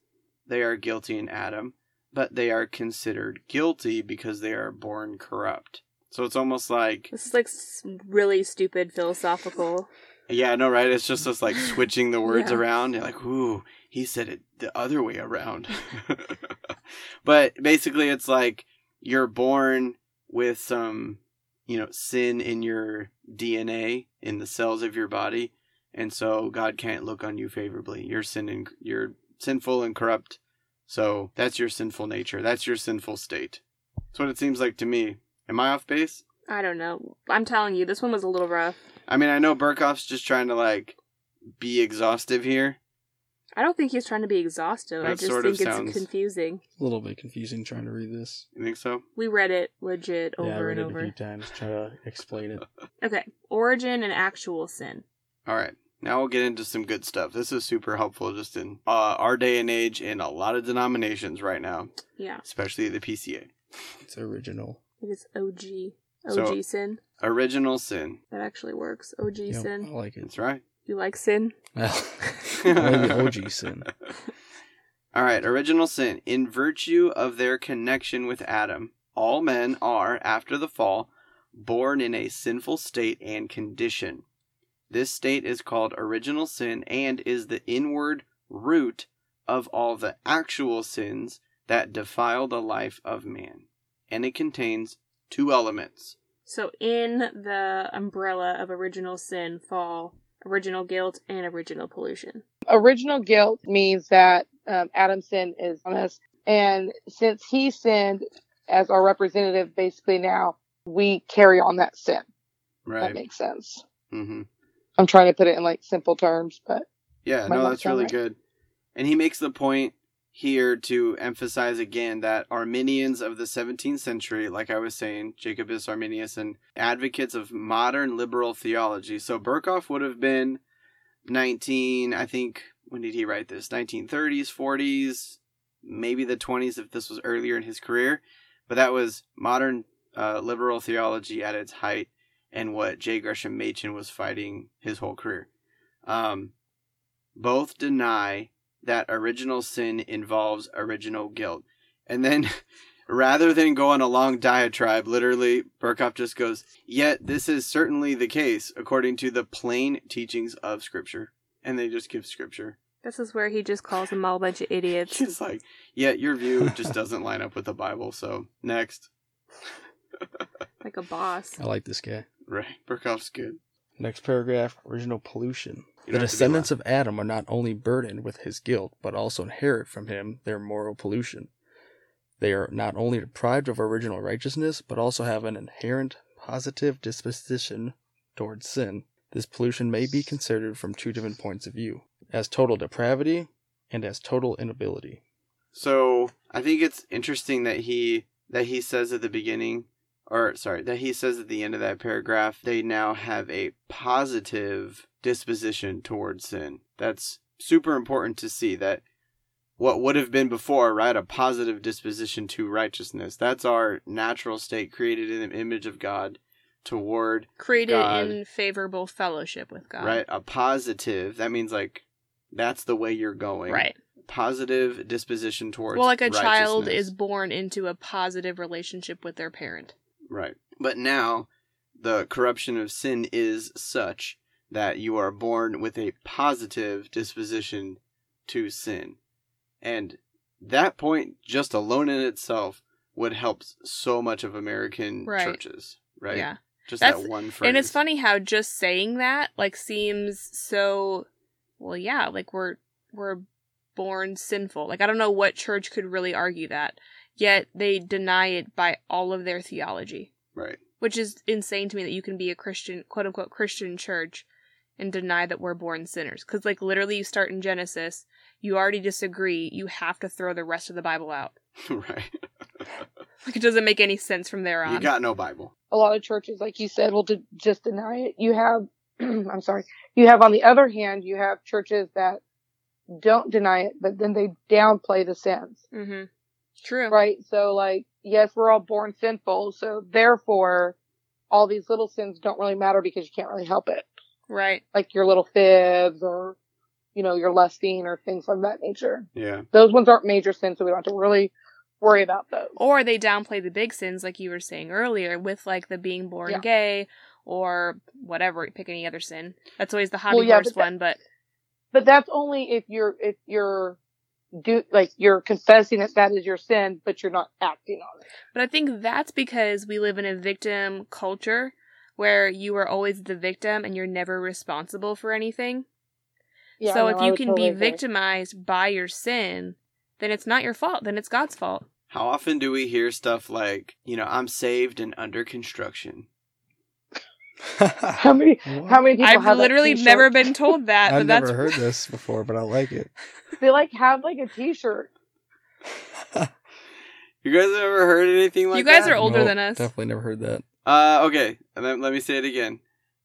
[SPEAKER 1] they are guilty in Adam, but they are considered guilty because they are born corrupt. So it's almost like
[SPEAKER 2] This is like s- really stupid philosophical.
[SPEAKER 1] yeah, no, right? It's just us like switching the words
[SPEAKER 2] Yeah.
[SPEAKER 1] around. You're like, ooh, he said it the other way around. <laughs> but basically, it's like you're born with some, you know, sin in your DNA, in the cells of your body. And so God can't look on you favorably. You're sin and you're sinful and corrupt. So that's your sinful nature. That's your sinful state. That's what it seems like to me. Am I off base?
[SPEAKER 2] I don't know. I'm telling you, this one was a little rough.
[SPEAKER 1] I mean, I know Burkhoff's just trying to like be exhaustive here.
[SPEAKER 2] I don't think he's trying to be exhaustive. I
[SPEAKER 1] That
[SPEAKER 2] just
[SPEAKER 1] sort of
[SPEAKER 2] think it's
[SPEAKER 1] sounds-
[SPEAKER 2] confusing.
[SPEAKER 4] A little bit confusing trying to read this.
[SPEAKER 1] You think so?
[SPEAKER 2] We read it legit over
[SPEAKER 4] yeah, I read
[SPEAKER 2] and
[SPEAKER 4] it a
[SPEAKER 2] over.
[SPEAKER 4] few times trying to explain it.
[SPEAKER 2] Okay, origin and actual sin.
[SPEAKER 1] All right. Now we'll get into some good stuff. This is super helpful just in uh, our day and age in a lot of denominations right now,
[SPEAKER 2] Yeah,
[SPEAKER 1] especially the PCA.
[SPEAKER 4] It's original.
[SPEAKER 2] it is OG.
[SPEAKER 1] So-
[SPEAKER 2] OG sin.
[SPEAKER 1] Original sin.
[SPEAKER 2] That actually works. OG
[SPEAKER 4] Yep, I
[SPEAKER 2] sin.
[SPEAKER 4] like
[SPEAKER 1] <laughs>
[SPEAKER 4] it. <laughs>
[SPEAKER 1] That's right.
[SPEAKER 2] You like sin?
[SPEAKER 4] Well, maybe OG sin.
[SPEAKER 1] All right. Original sin. In virtue of their connection with Adam, all men are, after the fall, born in a sinful state and condition. This state is called original sin and is the inward root of all the actual sins that defile the life of man. And it contains two elements.
[SPEAKER 2] So in the umbrella of original sin fall original guilt and original pollution.
[SPEAKER 3] Original guilt means that um, Adam's sin is on us. And since he sinned as our representative, basically now we carry on that sin. That makes sense.
[SPEAKER 1] Mm-hmm.
[SPEAKER 3] I'm trying to put it in like simple terms, but
[SPEAKER 1] Yeah,
[SPEAKER 3] Might
[SPEAKER 1] no,
[SPEAKER 3] not
[SPEAKER 1] that's
[SPEAKER 3] sound
[SPEAKER 1] really
[SPEAKER 3] right.
[SPEAKER 1] good. And he makes the point here to emphasize again that Arminians of the 17th century, like I was saying, Jacobus Arminius, and advocates of modern liberal theology. So Burkhoff would have been 19, I think, when did he write this? 1930s, 40s, maybe the 20s if this was earlier in his career. But that was modern uh, liberal theology at its height and what J. Gresham Machen was fighting his whole career. Um, both deny that original sin involves original guilt. And then, <laughs> rather than go on a long diatribe, literally, Burkhoff just goes, Yet this is certainly the case according to the plain teachings of Scripture. And they just give Scripture. <laughs>
[SPEAKER 2] This is where he just calls them all a bunch of idiots.
[SPEAKER 1] It's like, yeah, your view
[SPEAKER 4] <laughs>
[SPEAKER 1] just doesn't line up with the Bible. So next,
[SPEAKER 2] like a boss.
[SPEAKER 4] I like this guy.
[SPEAKER 1] right? Burkhoff's good.
[SPEAKER 4] Next paragraph original pollution.
[SPEAKER 1] You don't have to be
[SPEAKER 4] The descendants of Adam are not only burdened with his guilt, but also inherit from him their moral pollution. They are not only deprived of original righteousness, but also have an inherent positive disposition towards sin. This pollution may be considered from two different points of view as total depravity and as total
[SPEAKER 2] <laughs>
[SPEAKER 4] inability.
[SPEAKER 1] So I think it's interesting that he that he says at the beginning, or sorry, that he says at the end of that paragraph, they now have a positive disposition towards sin. That's super important to see that what would have been before, right, a positive disposition to righteousness. That's our natural state created in the image of God toward
[SPEAKER 2] Created
[SPEAKER 1] God.
[SPEAKER 2] in favorable fellowship with God.
[SPEAKER 1] right? A positive. That means like that's the way you're going.
[SPEAKER 2] Right.
[SPEAKER 1] Positive disposition towards.
[SPEAKER 2] Well, like a child is
[SPEAKER 1] righteousness.
[SPEAKER 2] born into a positive relationship with their parent.
[SPEAKER 1] Right. But now, the corruption of sin is such that you are born with a positive disposition to sin, and that point just alone in itself would help so much of American
[SPEAKER 2] Right.
[SPEAKER 1] churches. Right.
[SPEAKER 2] Yeah.
[SPEAKER 1] Just
[SPEAKER 2] That's-
[SPEAKER 1] that one phrase.
[SPEAKER 2] And it's funny how just saying that like seems so well, yeah, like we're we're born sinful. Like I don't know what church could really argue that. Yet they deny it by all of their theology.
[SPEAKER 1] Right. <laughs>
[SPEAKER 2] Which is insane to me that you can be a Christian, quote unquote Christian church and deny that we're born sinners. Cuz like literally you start in Genesis, you already disagree, you have to throw the rest of the Bible out. <laughs>
[SPEAKER 1] right.
[SPEAKER 2] Like it doesn't make any sense from there on.
[SPEAKER 1] You got no Bible.
[SPEAKER 3] a lot of churches, like you said, will d- just deny it. You have, <clears throat> I'm sorry, you have on the other hand, you have churches that don't deny it, but then they downplay the sins,
[SPEAKER 2] mhm. True.
[SPEAKER 3] right? So like, yes, we're all born sinful, so therefore, all these little sins don't really matter because you can't really help it,
[SPEAKER 2] Right.
[SPEAKER 3] like your little fibs or, you know, your lusting or things of that nature.
[SPEAKER 1] Yeah.
[SPEAKER 3] Those ones aren't major sins, so we don't have to really worry about those.
[SPEAKER 2] or they downplay the big sins like you were saying earlier with like the being born
[SPEAKER 3] Yeah.
[SPEAKER 2] gay or whatever pick any other sin that's always the hobby
[SPEAKER 3] Well, yeah,
[SPEAKER 2] horse
[SPEAKER 3] but that-
[SPEAKER 2] one but
[SPEAKER 3] but that's only if you're if you're do like you're confessing that that is your sin but you're not acting on it
[SPEAKER 2] but i think that's because we live in a victim culture where you are always the victim and you're never responsible for anything so
[SPEAKER 3] I
[SPEAKER 2] if
[SPEAKER 3] know, I
[SPEAKER 2] you
[SPEAKER 3] would
[SPEAKER 2] can
[SPEAKER 3] totally
[SPEAKER 2] be
[SPEAKER 3] agree.
[SPEAKER 2] victimized by your sin then it's not your fault then it's god's fault
[SPEAKER 1] How often do we hear stuff like, you know, I'm saved and under construction?
[SPEAKER 3] <laughs> how many how many people have
[SPEAKER 2] i've
[SPEAKER 3] that
[SPEAKER 2] literally
[SPEAKER 3] t-shirt?
[SPEAKER 2] never been told that
[SPEAKER 4] <laughs> I've
[SPEAKER 2] but that's
[SPEAKER 4] never heard this before, but I
[SPEAKER 2] <laughs>
[SPEAKER 4] like it.
[SPEAKER 3] <laughs> they like have like a t-shirt <laughs>
[SPEAKER 4] <laughs>
[SPEAKER 1] You guys have ever heard anything like
[SPEAKER 2] You
[SPEAKER 1] that?
[SPEAKER 2] guys are older
[SPEAKER 4] Nope,
[SPEAKER 2] than us.
[SPEAKER 4] Definitely never heard that.
[SPEAKER 1] Uh, okay. And then let me say it again.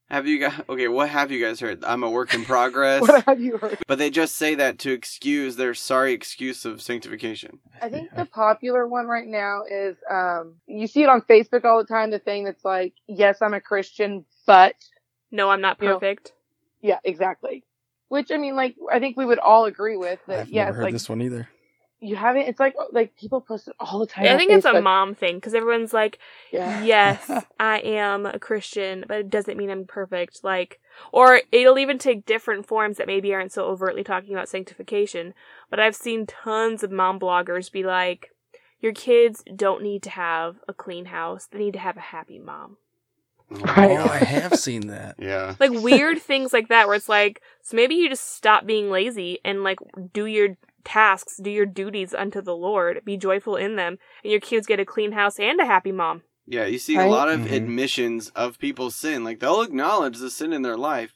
[SPEAKER 1] Have you guys? Okay, what have you guys heard? I'm a work
[SPEAKER 3] <laughs>
[SPEAKER 1] in progress.
[SPEAKER 3] what have you heard
[SPEAKER 1] but they just say that to excuse their sorry excuse of sanctification.
[SPEAKER 3] i think the popular one right now is um you see it on facebook all the time the thing that's like yes i'm a christian but
[SPEAKER 2] <laughs> no i'm not
[SPEAKER 3] You know,
[SPEAKER 2] perfect
[SPEAKER 3] yeah exactly which i mean like i think we would all agree with that
[SPEAKER 4] I've
[SPEAKER 3] yes
[SPEAKER 4] never heard
[SPEAKER 3] like
[SPEAKER 4] this one either.
[SPEAKER 3] you haven't it's like like people post it all the time
[SPEAKER 2] i
[SPEAKER 3] on
[SPEAKER 2] think it's a
[SPEAKER 3] Facebook.
[SPEAKER 2] mom thing because everyone's like
[SPEAKER 3] yeah
[SPEAKER 4] <laughs>
[SPEAKER 2] yes, I am a Christian, but it doesn't mean I'm perfect. Like, or it'll even take different forms that maybe aren't so overtly talking about sanctification. But I've seen tons of mom bloggers be like, your kids don't need to have a clean house. They need to have a happy mom.
[SPEAKER 3] Right.
[SPEAKER 4] Oh, I have
[SPEAKER 1] <laughs>
[SPEAKER 4] seen that.
[SPEAKER 1] Yeah.
[SPEAKER 2] Like weird things like that where it's like, so maybe you just stop being lazy and like do your tasks, do your duties unto the Lord, be joyful in them, and your kids get a clean house and a happy mom.
[SPEAKER 1] Yeah. You see
[SPEAKER 3] Right?
[SPEAKER 1] a lot of
[SPEAKER 4] Mhm.
[SPEAKER 1] admissions of people's sin. Like they'll acknowledge the sin in their life,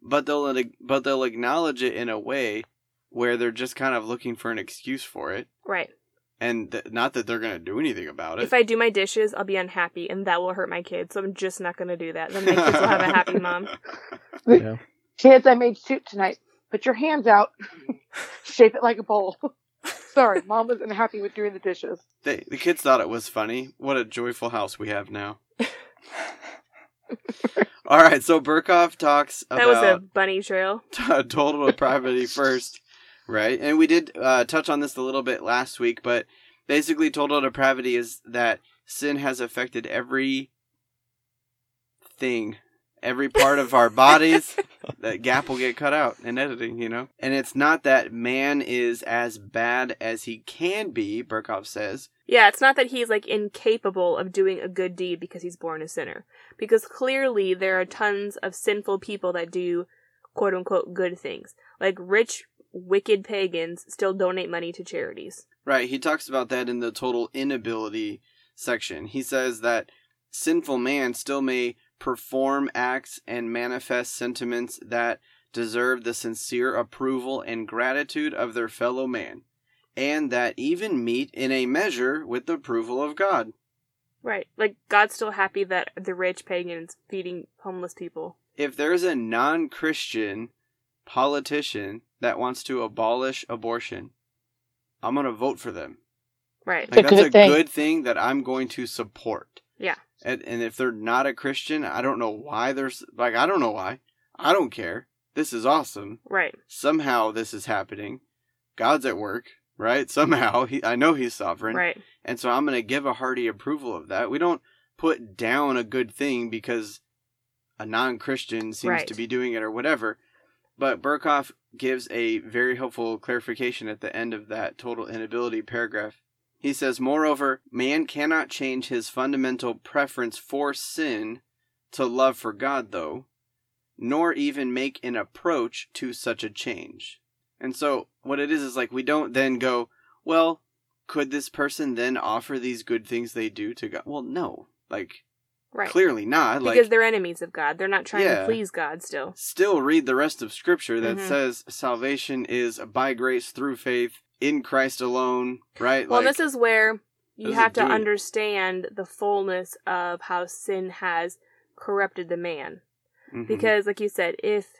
[SPEAKER 1] but they'll but they'll acknowledge it in a way where they're just kind of looking for an excuse for it,
[SPEAKER 2] Right.
[SPEAKER 1] and th- not that they're gonna do anything about it.
[SPEAKER 2] If I do my dishes, I'll be unhappy, and that will hurt my kids. So
[SPEAKER 1] <laughs>
[SPEAKER 2] I'm just not going to do that. Then my kids will have a happy mom.
[SPEAKER 4] Yeah.
[SPEAKER 3] kids i made soup tonight put your hands out, <laughs> shape it like a bowl. <laughs> Sorry, mom wasn't happy with doing the dishes.
[SPEAKER 1] They, the kids thought it was funny. What a joyful house we have now. All right, so Burkhoff talks about
[SPEAKER 2] That was a bunny trail.
[SPEAKER 1] t-
[SPEAKER 2] <laughs>
[SPEAKER 1] total depravity first, right? And we did uh, touch on this a little bit last week, but basically, total depravity is that sin has affected every thing, every part of our
[SPEAKER 2] <laughs>
[SPEAKER 1] bodies. that gap will get cut out in editing, you know? And it's not that man is as bad as he can be, Burkhoff says.
[SPEAKER 2] Yeah, it's not that he's like incapable of doing a good deed because he's born a sinner. Because clearly there are tons of sinful people that do quote unquote good things. Like rich, wicked pagans still donate money to charities.
[SPEAKER 1] Right, he talks about that in the total inability section. He says that sinful man still may perform acts and manifest sentiments that deserve the sincere approval and gratitude of their fellow man, and that even meet in a measure with the approval of God.
[SPEAKER 2] Right. Like God's still happy that the rich pagans feeding homeless people.
[SPEAKER 1] If there's a non Christian politician that wants to abolish abortion, I'm going to vote for them.
[SPEAKER 2] Right.
[SPEAKER 1] Like,
[SPEAKER 3] It's
[SPEAKER 1] that's
[SPEAKER 3] a
[SPEAKER 1] a
[SPEAKER 3] good thing.
[SPEAKER 1] good thing that I'm going to support.
[SPEAKER 2] Yeah.
[SPEAKER 1] And, and if they're not a Christian, I don't know why they're s- like, I don't know why. I don't care. This is awesome.
[SPEAKER 2] Right.
[SPEAKER 1] Somehow this is happening. God's at work, right? <laughs> Somehow he, I know he's sovereign.
[SPEAKER 2] Right.
[SPEAKER 1] And so I'm going to give a hearty approval of that. We don't put down a good thing because a non Christian seems
[SPEAKER 2] Right.
[SPEAKER 1] to be doing it or whatever. But Burkhoff gives a very helpful clarification at the end of that total inability paragraph. He says, Moreover, man cannot change his fundamental preference for sin to love for God, though, nor even make an approach to such a change. And so, what it is is like we don't then go, well, could this person then offer these good things they do to God? Well, no. Like,
[SPEAKER 2] Right.
[SPEAKER 1] clearly not.
[SPEAKER 2] because
[SPEAKER 1] like,
[SPEAKER 2] they're enemies of God. They're not trying
[SPEAKER 1] Yeah.
[SPEAKER 2] to please God still.
[SPEAKER 1] still read the rest of Scripture that
[SPEAKER 2] Mhm.
[SPEAKER 1] says salvation is by grace through faith in Christ alone, right?
[SPEAKER 2] Well,
[SPEAKER 1] like,
[SPEAKER 2] this is where
[SPEAKER 1] this
[SPEAKER 2] you
[SPEAKER 1] is
[SPEAKER 2] have to
[SPEAKER 1] doing-
[SPEAKER 2] understand the fullness of how sin has corrupted the man.
[SPEAKER 1] mhm.
[SPEAKER 2] Because, like you said, if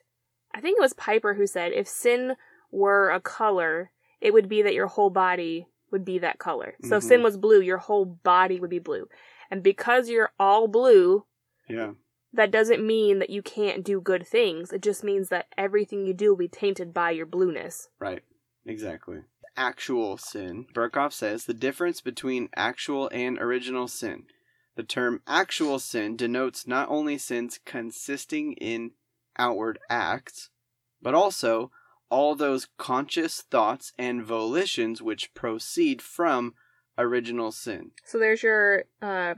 [SPEAKER 2] I think it was Piper who said, if sin were a color, it would be that your whole body would be that color. So if
[SPEAKER 1] Mhm.
[SPEAKER 2] sin was blue, your whole body would be blue. And because you're all blue,
[SPEAKER 1] yeah,
[SPEAKER 2] that doesn't mean that you can't do good things. It just means that everything you do will be tainted by your blueness.
[SPEAKER 1] right, exactly. Actual sin. Burkhoff says the difference between actual and original sin. The term actual sin denotes not only sins consisting in outward acts, but also all those conscious thoughts and volitions which proceed from original sin.
[SPEAKER 2] So there's your uh,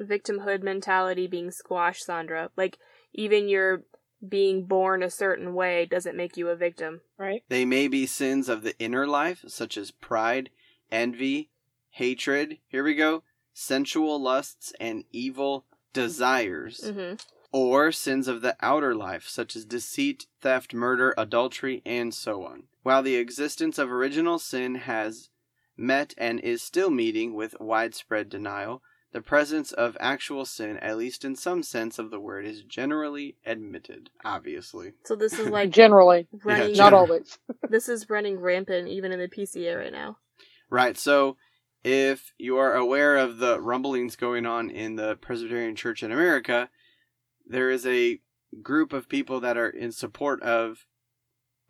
[SPEAKER 2] victimhood mentality being squashed, Sandra. Like, even your being born a certain way doesn't make you a victim.
[SPEAKER 3] Right?
[SPEAKER 1] They may be sins of the inner life, such as pride, envy, hatred, here we go, sensual lusts, and evil desires,
[SPEAKER 2] Mm-hmm.
[SPEAKER 1] or sins of the outer life, such as deceit, theft, murder, adultery, and so on. While the existence of original sin has met and is still meeting with widespread denial, the presence of actual sin, at least in some sense of the word, is generally admitted, obviously.
[SPEAKER 2] So this is like
[SPEAKER 3] Generally,
[SPEAKER 2] running.
[SPEAKER 1] Yeah,
[SPEAKER 3] not
[SPEAKER 1] sure.
[SPEAKER 3] always.
[SPEAKER 2] This is running rampant even in the PCA right now.
[SPEAKER 1] Right. So, if you are aware of the rumblings going on in the Presbyterian Church in America, there is a group of people that are in support of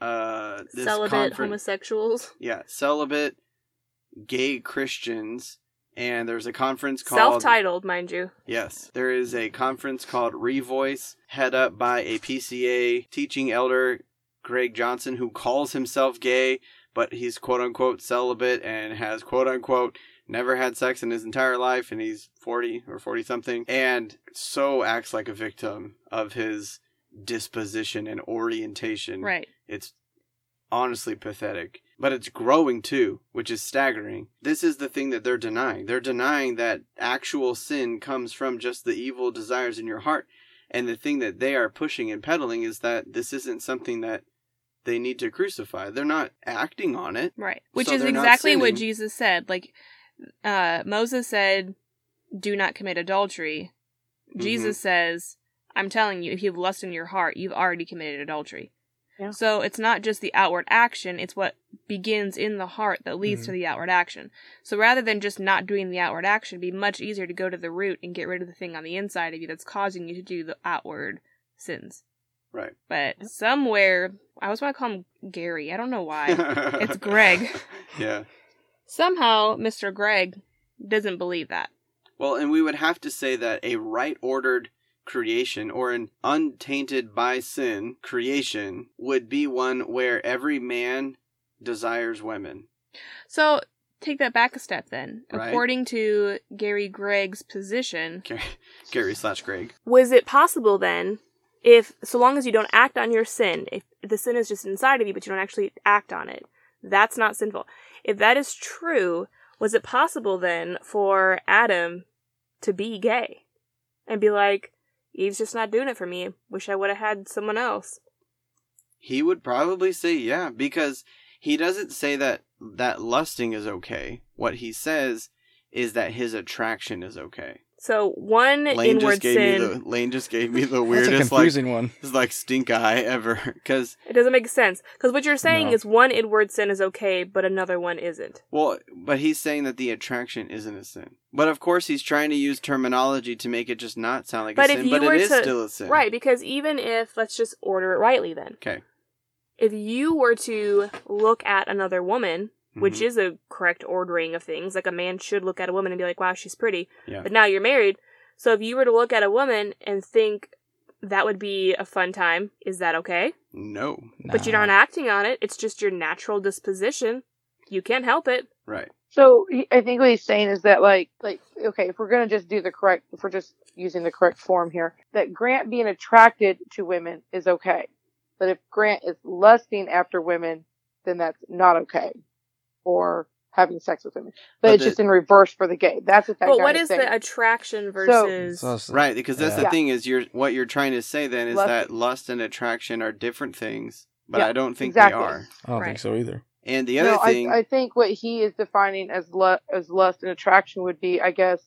[SPEAKER 1] uh, this
[SPEAKER 2] Celibate
[SPEAKER 1] conference.
[SPEAKER 2] homosexuals,
[SPEAKER 1] yeah, celibate gay Christians, and there's a conference called
[SPEAKER 2] self-titled, mind you.
[SPEAKER 1] Yes. There is a conference called Revoice, head up by a PCA teaching elder, Greg Johnson, who calls himself gay, but he's quote unquote celibate and has quote unquote never had sex in his entire life, and he's 40 or 40 something, and so acts like a victim of his disposition and orientation. It's honestly pathetic. But it's growing too, which is staggering. This is the thing that they're denying. They're denying that actual sin comes from just the evil desires in your heart. And the thing that they are pushing and peddling is that this isn't something that they need to crucify. They're not acting on it.
[SPEAKER 2] Right.
[SPEAKER 1] Which So is they're not exactly what sinning.
[SPEAKER 2] Jesus said. Like uh Moses said, Do not commit adultery.
[SPEAKER 1] Jesus
[SPEAKER 2] says, I'm telling you, if you have lust in your heart, you've already committed adultery.
[SPEAKER 3] Yeah.
[SPEAKER 2] So it's not just the outward action, it's what begins in the heart that leads
[SPEAKER 1] Mm-hmm.
[SPEAKER 2] to the outward action. So rather than just not doing the outward action, it'd be much easier to go to the root and get rid of the thing on the inside of you that's causing you to do the outward sins.
[SPEAKER 1] Right.
[SPEAKER 2] But somewhere, I always want to call him Gary. I don't
[SPEAKER 1] <laughs>
[SPEAKER 2] know why.
[SPEAKER 1] it's
[SPEAKER 2] Greg.
[SPEAKER 1] <laughs> yeah.
[SPEAKER 2] Somehow, Mr. Greg doesn't believe that.
[SPEAKER 1] Well, and we would have to say that a right ordered creation or an untainted by sin creation would be one where every man desires women.
[SPEAKER 2] So take that back a step then.
[SPEAKER 1] Right.
[SPEAKER 2] According to Gary Gregg's position,
[SPEAKER 1] Gary, Gary slash Greg.
[SPEAKER 2] was it possible then, if so long as you don't act on your sin, if the sin is just inside of you but you don't actually act on it, that's not sinful. If that is true, was it possible then for Adam to be gay and be like, Eve's just not doing it for me. Wish I would have had someone else.
[SPEAKER 1] He would probably say yeah, because he doesn't say that that lusting is okay. What he says is that his attraction is okay.
[SPEAKER 2] So one
[SPEAKER 1] Lane
[SPEAKER 2] inward
[SPEAKER 1] just gave
[SPEAKER 2] sin.
[SPEAKER 1] me the Lane just gave me the
[SPEAKER 4] That's a
[SPEAKER 1] weirdest like
[SPEAKER 4] confusing one.
[SPEAKER 1] it's like stink eye ever <laughs> because
[SPEAKER 2] It doesn't make sense because what you're saying
[SPEAKER 4] No.
[SPEAKER 2] is one inward sin is okay, but another one isn't.
[SPEAKER 1] Well, but he's saying that the attraction isn't a sin. But of course, he's trying to use terminology to make it just not sound like
[SPEAKER 2] But
[SPEAKER 1] a
[SPEAKER 2] if
[SPEAKER 1] sin.
[SPEAKER 2] you
[SPEAKER 1] But
[SPEAKER 2] were
[SPEAKER 1] it is
[SPEAKER 2] to-
[SPEAKER 1] still a sin,
[SPEAKER 2] Right, because even if let's just order it rightly then.
[SPEAKER 1] Okay.
[SPEAKER 2] If you were to look at another woman, which
[SPEAKER 1] Mhm.
[SPEAKER 2] is a correct ordering of things, like a man should look at a woman and be like, "Wow, she's pretty."
[SPEAKER 1] Yeah.
[SPEAKER 2] But now you're married, so if you were to look at a woman and think that would be a fun time, is that okay?
[SPEAKER 1] no,
[SPEAKER 2] But you're
[SPEAKER 4] Nah.
[SPEAKER 2] not acting on it. It's just your natural disposition. You can't help it.
[SPEAKER 1] right,
[SPEAKER 3] So he- I think what he's saying is that like like okay, if we're gonna just do the correct, if we're just using the correct form here, that Grant being attracted to women is okay, but if Grant is lusting after women, then that's not okay, or having sex with women. But,
[SPEAKER 1] But
[SPEAKER 3] it's
[SPEAKER 1] the-
[SPEAKER 3] just in reverse for the gay. That's what that.
[SPEAKER 2] but
[SPEAKER 3] guy
[SPEAKER 2] what is
[SPEAKER 3] saying.
[SPEAKER 2] the attraction versus
[SPEAKER 4] So it's-
[SPEAKER 1] right. Because that's the
[SPEAKER 4] Yeah.
[SPEAKER 1] thing is you're what you're trying to say then is
[SPEAKER 3] Lust-
[SPEAKER 1] that lust and attraction are different things. But
[SPEAKER 3] Yeah,
[SPEAKER 1] I don't think
[SPEAKER 3] exactly.
[SPEAKER 1] they are.
[SPEAKER 4] I don't
[SPEAKER 2] Right.
[SPEAKER 4] think so either.
[SPEAKER 1] And the other
[SPEAKER 3] no,
[SPEAKER 1] thing,
[SPEAKER 3] I, I think what he is defining as lust, as lust and attraction would be, I guess,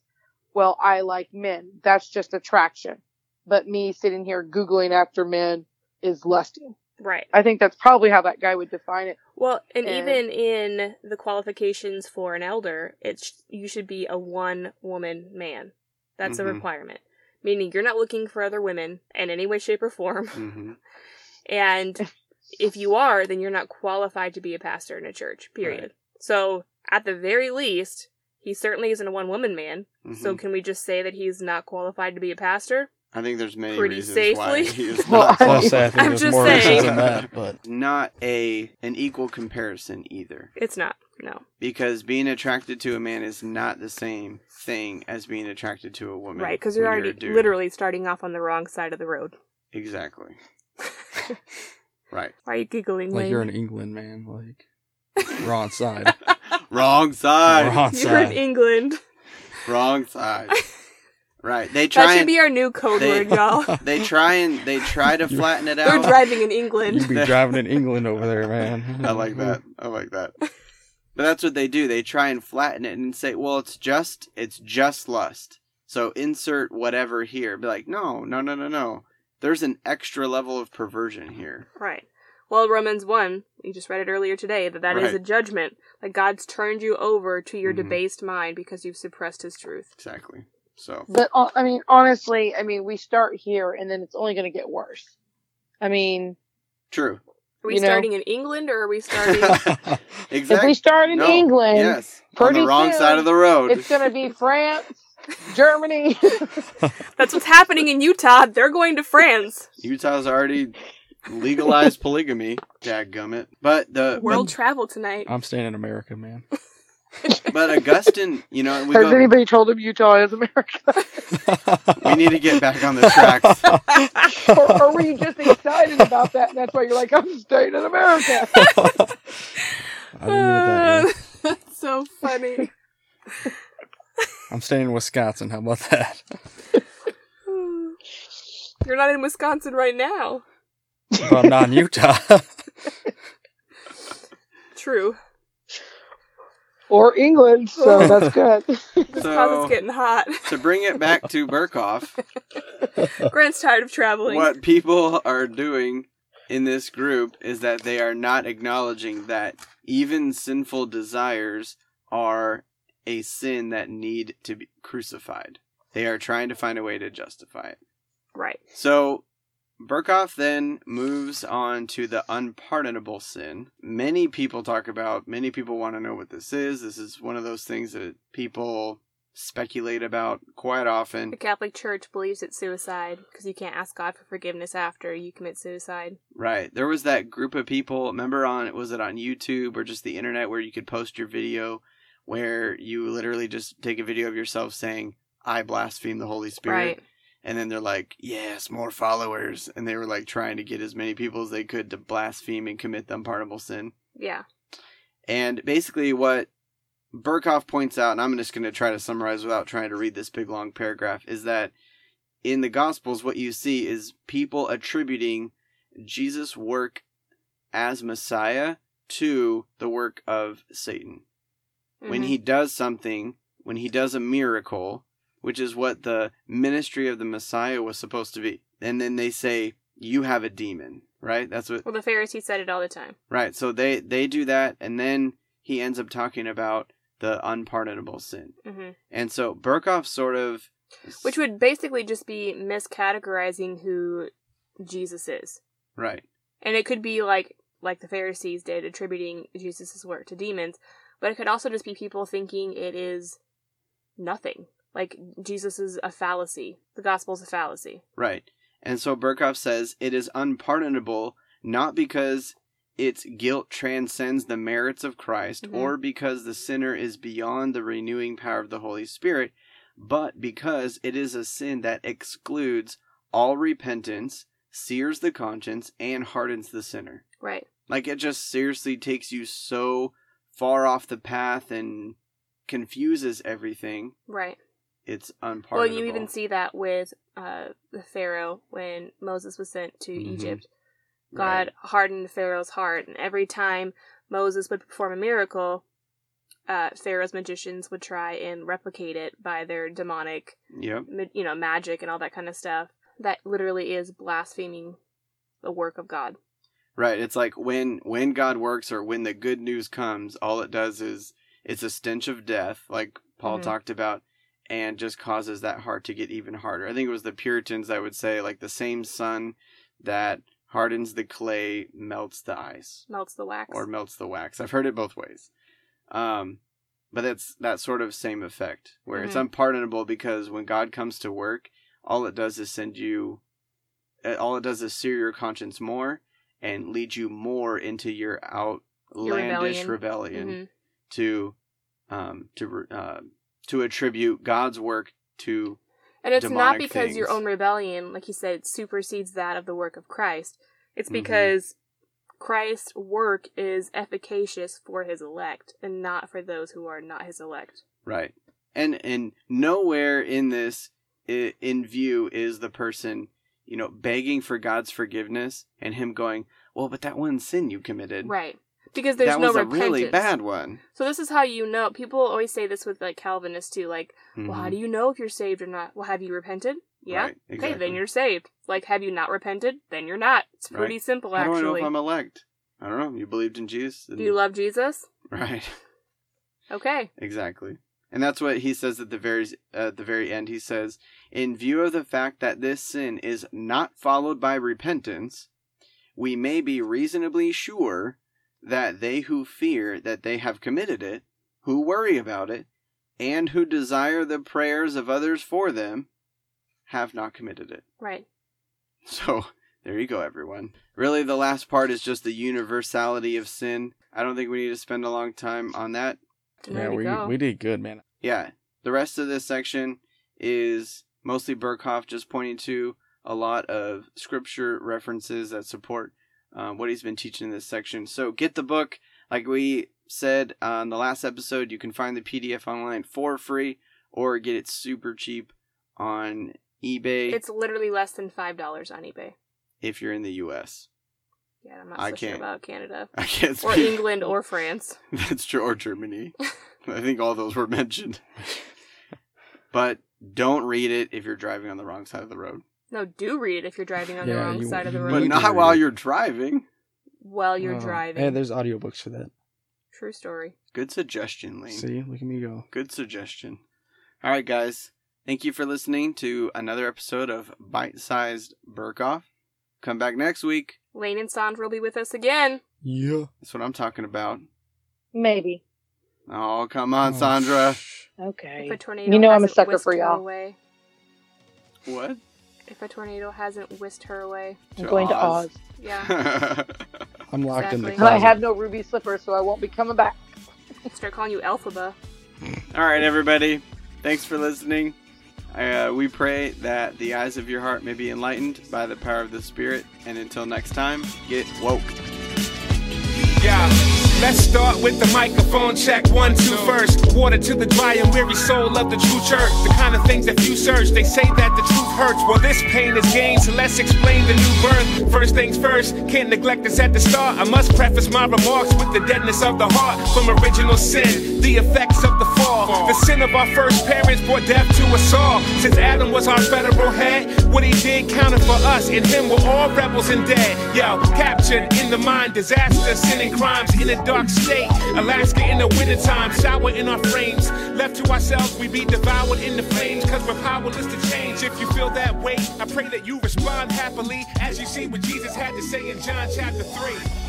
[SPEAKER 3] well, I like men. That's just attraction. But me sitting here googling after men is lusting.
[SPEAKER 2] right?
[SPEAKER 3] I think that's probably how that guy would define it.
[SPEAKER 2] Well, and
[SPEAKER 3] And-
[SPEAKER 2] even in the qualifications for an elder, it's you should be a one woman man. That's a
[SPEAKER 1] Mhm.
[SPEAKER 2] requirement. Meaning you're not looking for other women in any way, shape, or form. <laughs>
[SPEAKER 1] Mhm.
[SPEAKER 2] And if you are, then you're not qualified to be a pastor in a church, period. So, at the very least, he certainly isn't a one woman man. So,
[SPEAKER 1] mhm.
[SPEAKER 2] can we just say that he's not qualified to be a pastor?
[SPEAKER 1] I think there's many
[SPEAKER 2] pretty
[SPEAKER 1] reasons why
[SPEAKER 2] safely.
[SPEAKER 1] he is
[SPEAKER 3] <laughs> Well,
[SPEAKER 1] not.
[SPEAKER 3] I-
[SPEAKER 4] Well, Seth,
[SPEAKER 2] I'm
[SPEAKER 4] there's
[SPEAKER 2] just
[SPEAKER 4] more
[SPEAKER 1] saying.
[SPEAKER 4] reasons than that,
[SPEAKER 1] <laughs>
[SPEAKER 4] but
[SPEAKER 1] not a an equal comparison either
[SPEAKER 2] It's not. No.
[SPEAKER 1] because being attracted to a man is not the same thing as being attracted to a woman
[SPEAKER 2] Right, because you're
[SPEAKER 1] when
[SPEAKER 2] already
[SPEAKER 1] a dude.
[SPEAKER 2] literally starting off on the wrong side of the road. <laughs>
[SPEAKER 1] Exactly. Right.
[SPEAKER 2] Why are you giggling?
[SPEAKER 4] like
[SPEAKER 2] Wayne?
[SPEAKER 4] you're an England man,
[SPEAKER 2] <laughs>
[SPEAKER 4] like we're on side,
[SPEAKER 1] Wrong
[SPEAKER 4] we're
[SPEAKER 1] side.
[SPEAKER 4] on
[SPEAKER 2] You're in
[SPEAKER 4] side.
[SPEAKER 2] England.
[SPEAKER 1] Wrong
[SPEAKER 2] <laughs>
[SPEAKER 1] side. Right. They
[SPEAKER 2] That
[SPEAKER 1] try
[SPEAKER 2] should
[SPEAKER 1] and
[SPEAKER 2] be our new code
[SPEAKER 1] They-
[SPEAKER 2] word, <laughs>
[SPEAKER 4] <laughs>
[SPEAKER 2] y'all.
[SPEAKER 1] they try and they try to
[SPEAKER 4] You're-
[SPEAKER 1] flatten it
[SPEAKER 2] They're
[SPEAKER 1] out.
[SPEAKER 2] driving in
[SPEAKER 4] You'd <laughs>
[SPEAKER 2] England.
[SPEAKER 4] be driving in England over there, man.
[SPEAKER 1] <laughs> I like that. I like
[SPEAKER 2] <laughs>
[SPEAKER 1] that. But that's what they do. They try and flatten it and say, "Well, it's just it's just lust." So insert whatever here. Be like, "No, no, no, no, no. There's an extra level of perversion here."
[SPEAKER 2] Right. Well, Romans 1, you just read it earlier today, that that is
[SPEAKER 1] Right.
[SPEAKER 2] a judgment, that God's turned you over to your
[SPEAKER 1] Mhm.
[SPEAKER 4] Mm-hmm.
[SPEAKER 2] debased mind because you've suppressed his truth.
[SPEAKER 1] Exactly. So,
[SPEAKER 3] But uh, I mean, honestly, I mean, we start here and then it's only going to get worse. I mean,
[SPEAKER 1] true.
[SPEAKER 2] Are we
[SPEAKER 3] You know-
[SPEAKER 2] starting in England or are we
[SPEAKER 4] <laughs>
[SPEAKER 2] starting. <laughs>
[SPEAKER 1] exactly.
[SPEAKER 3] if we start in
[SPEAKER 1] No.
[SPEAKER 3] England,
[SPEAKER 1] yes. On
[SPEAKER 3] pretty
[SPEAKER 1] the wrong
[SPEAKER 3] soon,
[SPEAKER 1] side of the road.
[SPEAKER 3] it's going to be France, Germany.
[SPEAKER 2] That's what's happening in Utah. They're going to
[SPEAKER 4] <laughs>
[SPEAKER 2] France.
[SPEAKER 1] <laughs> Utah's already legalized polygamy, dadgummit. But the
[SPEAKER 2] World travel tonight.
[SPEAKER 4] <laughs> I'm staying in
[SPEAKER 2] <laughs>
[SPEAKER 4] America, man. <laughs>
[SPEAKER 1] but Augustine, you know, we
[SPEAKER 3] Has
[SPEAKER 1] go,
[SPEAKER 3] anybody told him Utah is America?
[SPEAKER 1] we need to get back on the
[SPEAKER 3] <laughs>
[SPEAKER 1] tracks.
[SPEAKER 3] or, or were you just excited about that and that's why you're like, I'm staying in America?
[SPEAKER 4] I didn't hear that.
[SPEAKER 2] <laughs>
[SPEAKER 4] man.
[SPEAKER 2] That's so <laughs> funny. <sighs>
[SPEAKER 4] I'm staying in Wisconsin. How about that? <laughs>
[SPEAKER 2] You're not in Wisconsin right now.
[SPEAKER 4] Well, non Utah. <laughs>
[SPEAKER 2] True.
[SPEAKER 3] Or England, so that's good.
[SPEAKER 2] This
[SPEAKER 1] So-
[SPEAKER 2] closet's getting hot.
[SPEAKER 1] to bring it back
[SPEAKER 2] <laughs>
[SPEAKER 1] to Burkhoff,
[SPEAKER 2] Grant's tired of traveling.
[SPEAKER 1] what people are doing in this group is that they are not acknowledging that even sinful desires are a sin that need to be crucified. They are trying to find a way to justify it.
[SPEAKER 2] Right.
[SPEAKER 1] So Burkhoff then moves on to the unpardonable sin. Many people talk about, many people want to know what this is. This is one of those things that people speculate about quite often.
[SPEAKER 2] The Catholic Church believes it's suicide because you can't ask God for forgiveness after you commit suicide.
[SPEAKER 1] Right. There was that group of people, remember on was it on YouTube or just the internet where you could post your video where you literally just take a video of yourself saying, I blaspheme the Holy Spirit.
[SPEAKER 2] Right.
[SPEAKER 1] And then they're like, yes, more followers. And they were like trying to get as many people as they could to blaspheme and commit the unpardonable sin.
[SPEAKER 2] Yeah.
[SPEAKER 1] And basically, what Burkhoff points out, and I'm just going to try to summarize without trying to read this big long paragraph, is that in the Gospels, what you see is people attributing Jesus' work as Messiah to the work of Satan. When
[SPEAKER 2] Mhm.
[SPEAKER 1] he does something, when he does a miracle, which is what the ministry of the Messiah was supposed to be, and then they say, You have a demon, right? That's what
[SPEAKER 2] Well, the Pharisees said it all the time.
[SPEAKER 1] Right. So they they do that, and then he ends up talking about the unpardonable sin.
[SPEAKER 2] hmm
[SPEAKER 1] And so Burkhoff sort of,
[SPEAKER 2] Which would basically just be miscategorizing who Jesus is.
[SPEAKER 1] right,
[SPEAKER 2] And it could be like like the Pharisees did, attributing Jesus' work to demons, but it could also just be people thinking it is nothing. Like Jesus is a fallacy. The gospel's a fallacy.
[SPEAKER 1] right. And so Burkhoff says it is unpardonable not because its guilt transcends the merits of Christ
[SPEAKER 2] Mhm.
[SPEAKER 1] or because the sinner is beyond the renewing power of the Holy Spirit, but because it is a sin that excludes all repentance, sears the conscience, and hardens the sinner.
[SPEAKER 2] Right.
[SPEAKER 1] Like it just seriously takes you so far off the path and confuses everything.
[SPEAKER 2] Right.
[SPEAKER 1] It's
[SPEAKER 2] Well,
[SPEAKER 1] unpardonable.
[SPEAKER 2] you even see that with uh, the Pharaoh when Moses was sent to
[SPEAKER 1] Mhm.
[SPEAKER 2] Egypt.
[SPEAKER 1] Right.
[SPEAKER 2] God hardened Pharaoh's heart, and every time Moses would perform a miracle, uh, Pharaoh's magicians would try and replicate it by their demonic,
[SPEAKER 1] Yep.
[SPEAKER 2] ma- you know, magic and all that kind of stuff. That literally is blaspheming the work of God.
[SPEAKER 1] Right. It's like when when God works or when the good news comes, all it does is it's a stench of death, like Paul
[SPEAKER 2] Mhm.
[SPEAKER 1] talked about, and just causes that heart to get even harder. I think it was the Puritans that would say like the same sun that hardens the clay melts the ice.
[SPEAKER 2] Melts the wax.
[SPEAKER 1] or melts the wax. I've heard it both ways. Um, but that's that sort of same effect where it's
[SPEAKER 2] Mhm.
[SPEAKER 1] unpardonable because when God comes to work, all it does is send you, uh, all it does is sear your conscience more and lead you more into your outlandish
[SPEAKER 2] rebellion.
[SPEAKER 1] rebellion,
[SPEAKER 2] Mhm.
[SPEAKER 1] to, um, to re- uh, to attribute God's work to
[SPEAKER 2] And it's not
[SPEAKER 1] demonic
[SPEAKER 2] because your
[SPEAKER 1] things.
[SPEAKER 2] own rebellion, like you said, supersedes that of the work of Christ. It's
[SPEAKER 1] Mhm.
[SPEAKER 2] because Christ's work is efficacious for his elect and not for those who are not his elect.
[SPEAKER 1] Right. And and nowhere in this i- in view is the person, you know, begging for God's forgiveness and him going, "Well, but that one sin you committed,
[SPEAKER 2] Right. Because there's
[SPEAKER 1] that
[SPEAKER 2] no
[SPEAKER 1] was a
[SPEAKER 2] repentance.
[SPEAKER 1] really bad one."
[SPEAKER 2] So this is how you know. People always say this with like Calvinists too, like, well, how do you know if you're saved or not? Well, have you repented? Yeah.
[SPEAKER 1] Mm-hmm. Right, exactly.
[SPEAKER 2] Okay, then you're saved. Like, have you not repented? Then you're not. It's pretty simple,
[SPEAKER 1] How do I know
[SPEAKER 2] actually.
[SPEAKER 1] if I'm elect? I don't know. You believed in Jesus, and-
[SPEAKER 2] do you love Jesus?
[SPEAKER 1] <laughs> right?
[SPEAKER 2] Okay.
[SPEAKER 1] Exactly. And that's what he says at the very at the very end. He says, "In view of the fact that this sin is not followed by repentance, we may be reasonably sure that they who fear that they have committed it, who worry about it, and who desire the prayers of others for them, have not committed it." <laughs>
[SPEAKER 2] Right.
[SPEAKER 1] So there you go, everyone. Really, the last part is just the universality of sin. I don't think we need to spend a long time on that.
[SPEAKER 2] Way
[SPEAKER 4] Yeah,
[SPEAKER 2] to
[SPEAKER 4] we
[SPEAKER 2] go.
[SPEAKER 4] we did good, man.
[SPEAKER 1] Yeah. The rest of this section is mostly Burkhoff just pointing to a lot of scripture references that support um, what he's been teaching in this section. So get the book. Like we said on the last episode, you can find the PDF online for free or get it super cheap on eBay
[SPEAKER 2] It's literally less than five dollars on eBay.
[SPEAKER 1] if you're in the US.
[SPEAKER 2] Yeah, I'm not so
[SPEAKER 1] I
[SPEAKER 2] sure
[SPEAKER 1] can't.
[SPEAKER 2] about
[SPEAKER 4] <laughs>
[SPEAKER 2] Canada
[SPEAKER 1] <laughs> I can't
[SPEAKER 2] or
[SPEAKER 1] speak.
[SPEAKER 2] England or France.
[SPEAKER 1] <laughs> That's true. Or
[SPEAKER 2] <laughs>
[SPEAKER 1] Germany. I think all those were mentioned. but don't read it if you're driving on the wrong side of the road.
[SPEAKER 2] No, do read it if you're driving on the
[SPEAKER 4] Yeah,
[SPEAKER 2] wrong
[SPEAKER 4] you-
[SPEAKER 2] side of the
[SPEAKER 4] you
[SPEAKER 2] road
[SPEAKER 1] But
[SPEAKER 4] need
[SPEAKER 1] not
[SPEAKER 4] to
[SPEAKER 1] while
[SPEAKER 4] read it.
[SPEAKER 1] you're driving.
[SPEAKER 2] while you're
[SPEAKER 4] Oh,
[SPEAKER 2] driving.
[SPEAKER 4] Yeah, there's audiobooks for that.
[SPEAKER 2] True story.
[SPEAKER 1] Good suggestion, Lane.
[SPEAKER 4] See, look at me go.
[SPEAKER 1] Good suggestion. All right, guys. Thank you for listening to another episode of Bite Sized Burkoff. Come back next week.
[SPEAKER 2] Lane and Sandra will be with us again.
[SPEAKER 4] Yeah.
[SPEAKER 1] That's what I'm talking about.
[SPEAKER 3] Maybe.
[SPEAKER 1] Oh, come on,
[SPEAKER 4] <laughs>
[SPEAKER 1] Sandra.
[SPEAKER 3] Okay.
[SPEAKER 2] If a tornado
[SPEAKER 3] You know I'm a
[SPEAKER 2] hasn't
[SPEAKER 3] sucker
[SPEAKER 2] whisked
[SPEAKER 3] for
[SPEAKER 2] her
[SPEAKER 3] y'all.
[SPEAKER 2] Away,
[SPEAKER 1] What?
[SPEAKER 2] if a tornado hasn't whisked her away,
[SPEAKER 3] I'm going to Oz.
[SPEAKER 1] <laughs>
[SPEAKER 2] yeah,
[SPEAKER 4] I'm locked in the
[SPEAKER 2] Exactly.
[SPEAKER 3] And I
[SPEAKER 4] closet.
[SPEAKER 3] have no ruby slippers, so I won't be coming back.
[SPEAKER 2] start calling you Elphaba.
[SPEAKER 1] All right, everybody. Thanks for listening. Uh, we pray that the eyes of your heart may be enlightened by the power of the Spirit. And until next time, get woke.
[SPEAKER 5] Yeah. Let's start with the microphone check. One, two, first. Water to the dry and weary soul of the true church. The kind of things that few search. They say that the truth hurts. Well, this pain is gain, so let's explain the new birth. First things first, can't neglect this at the start. I must preface my remarks with the deadness of the heart from original sin. The effects of the fall. The sin of our first parents brought death to us all. Since Adam was our federal head, what he did counted for us. In him were all rebels and dead. Yo, captured in the mind, disaster, sin and crimes in a dark state. Alaska in the wintertime, sour in our frames. Left to ourselves, we be devoured in the flames, cause we're powerless to change. If you feel that way, I pray that you respond happily, as you see what Jesus had to say in John chapter 3.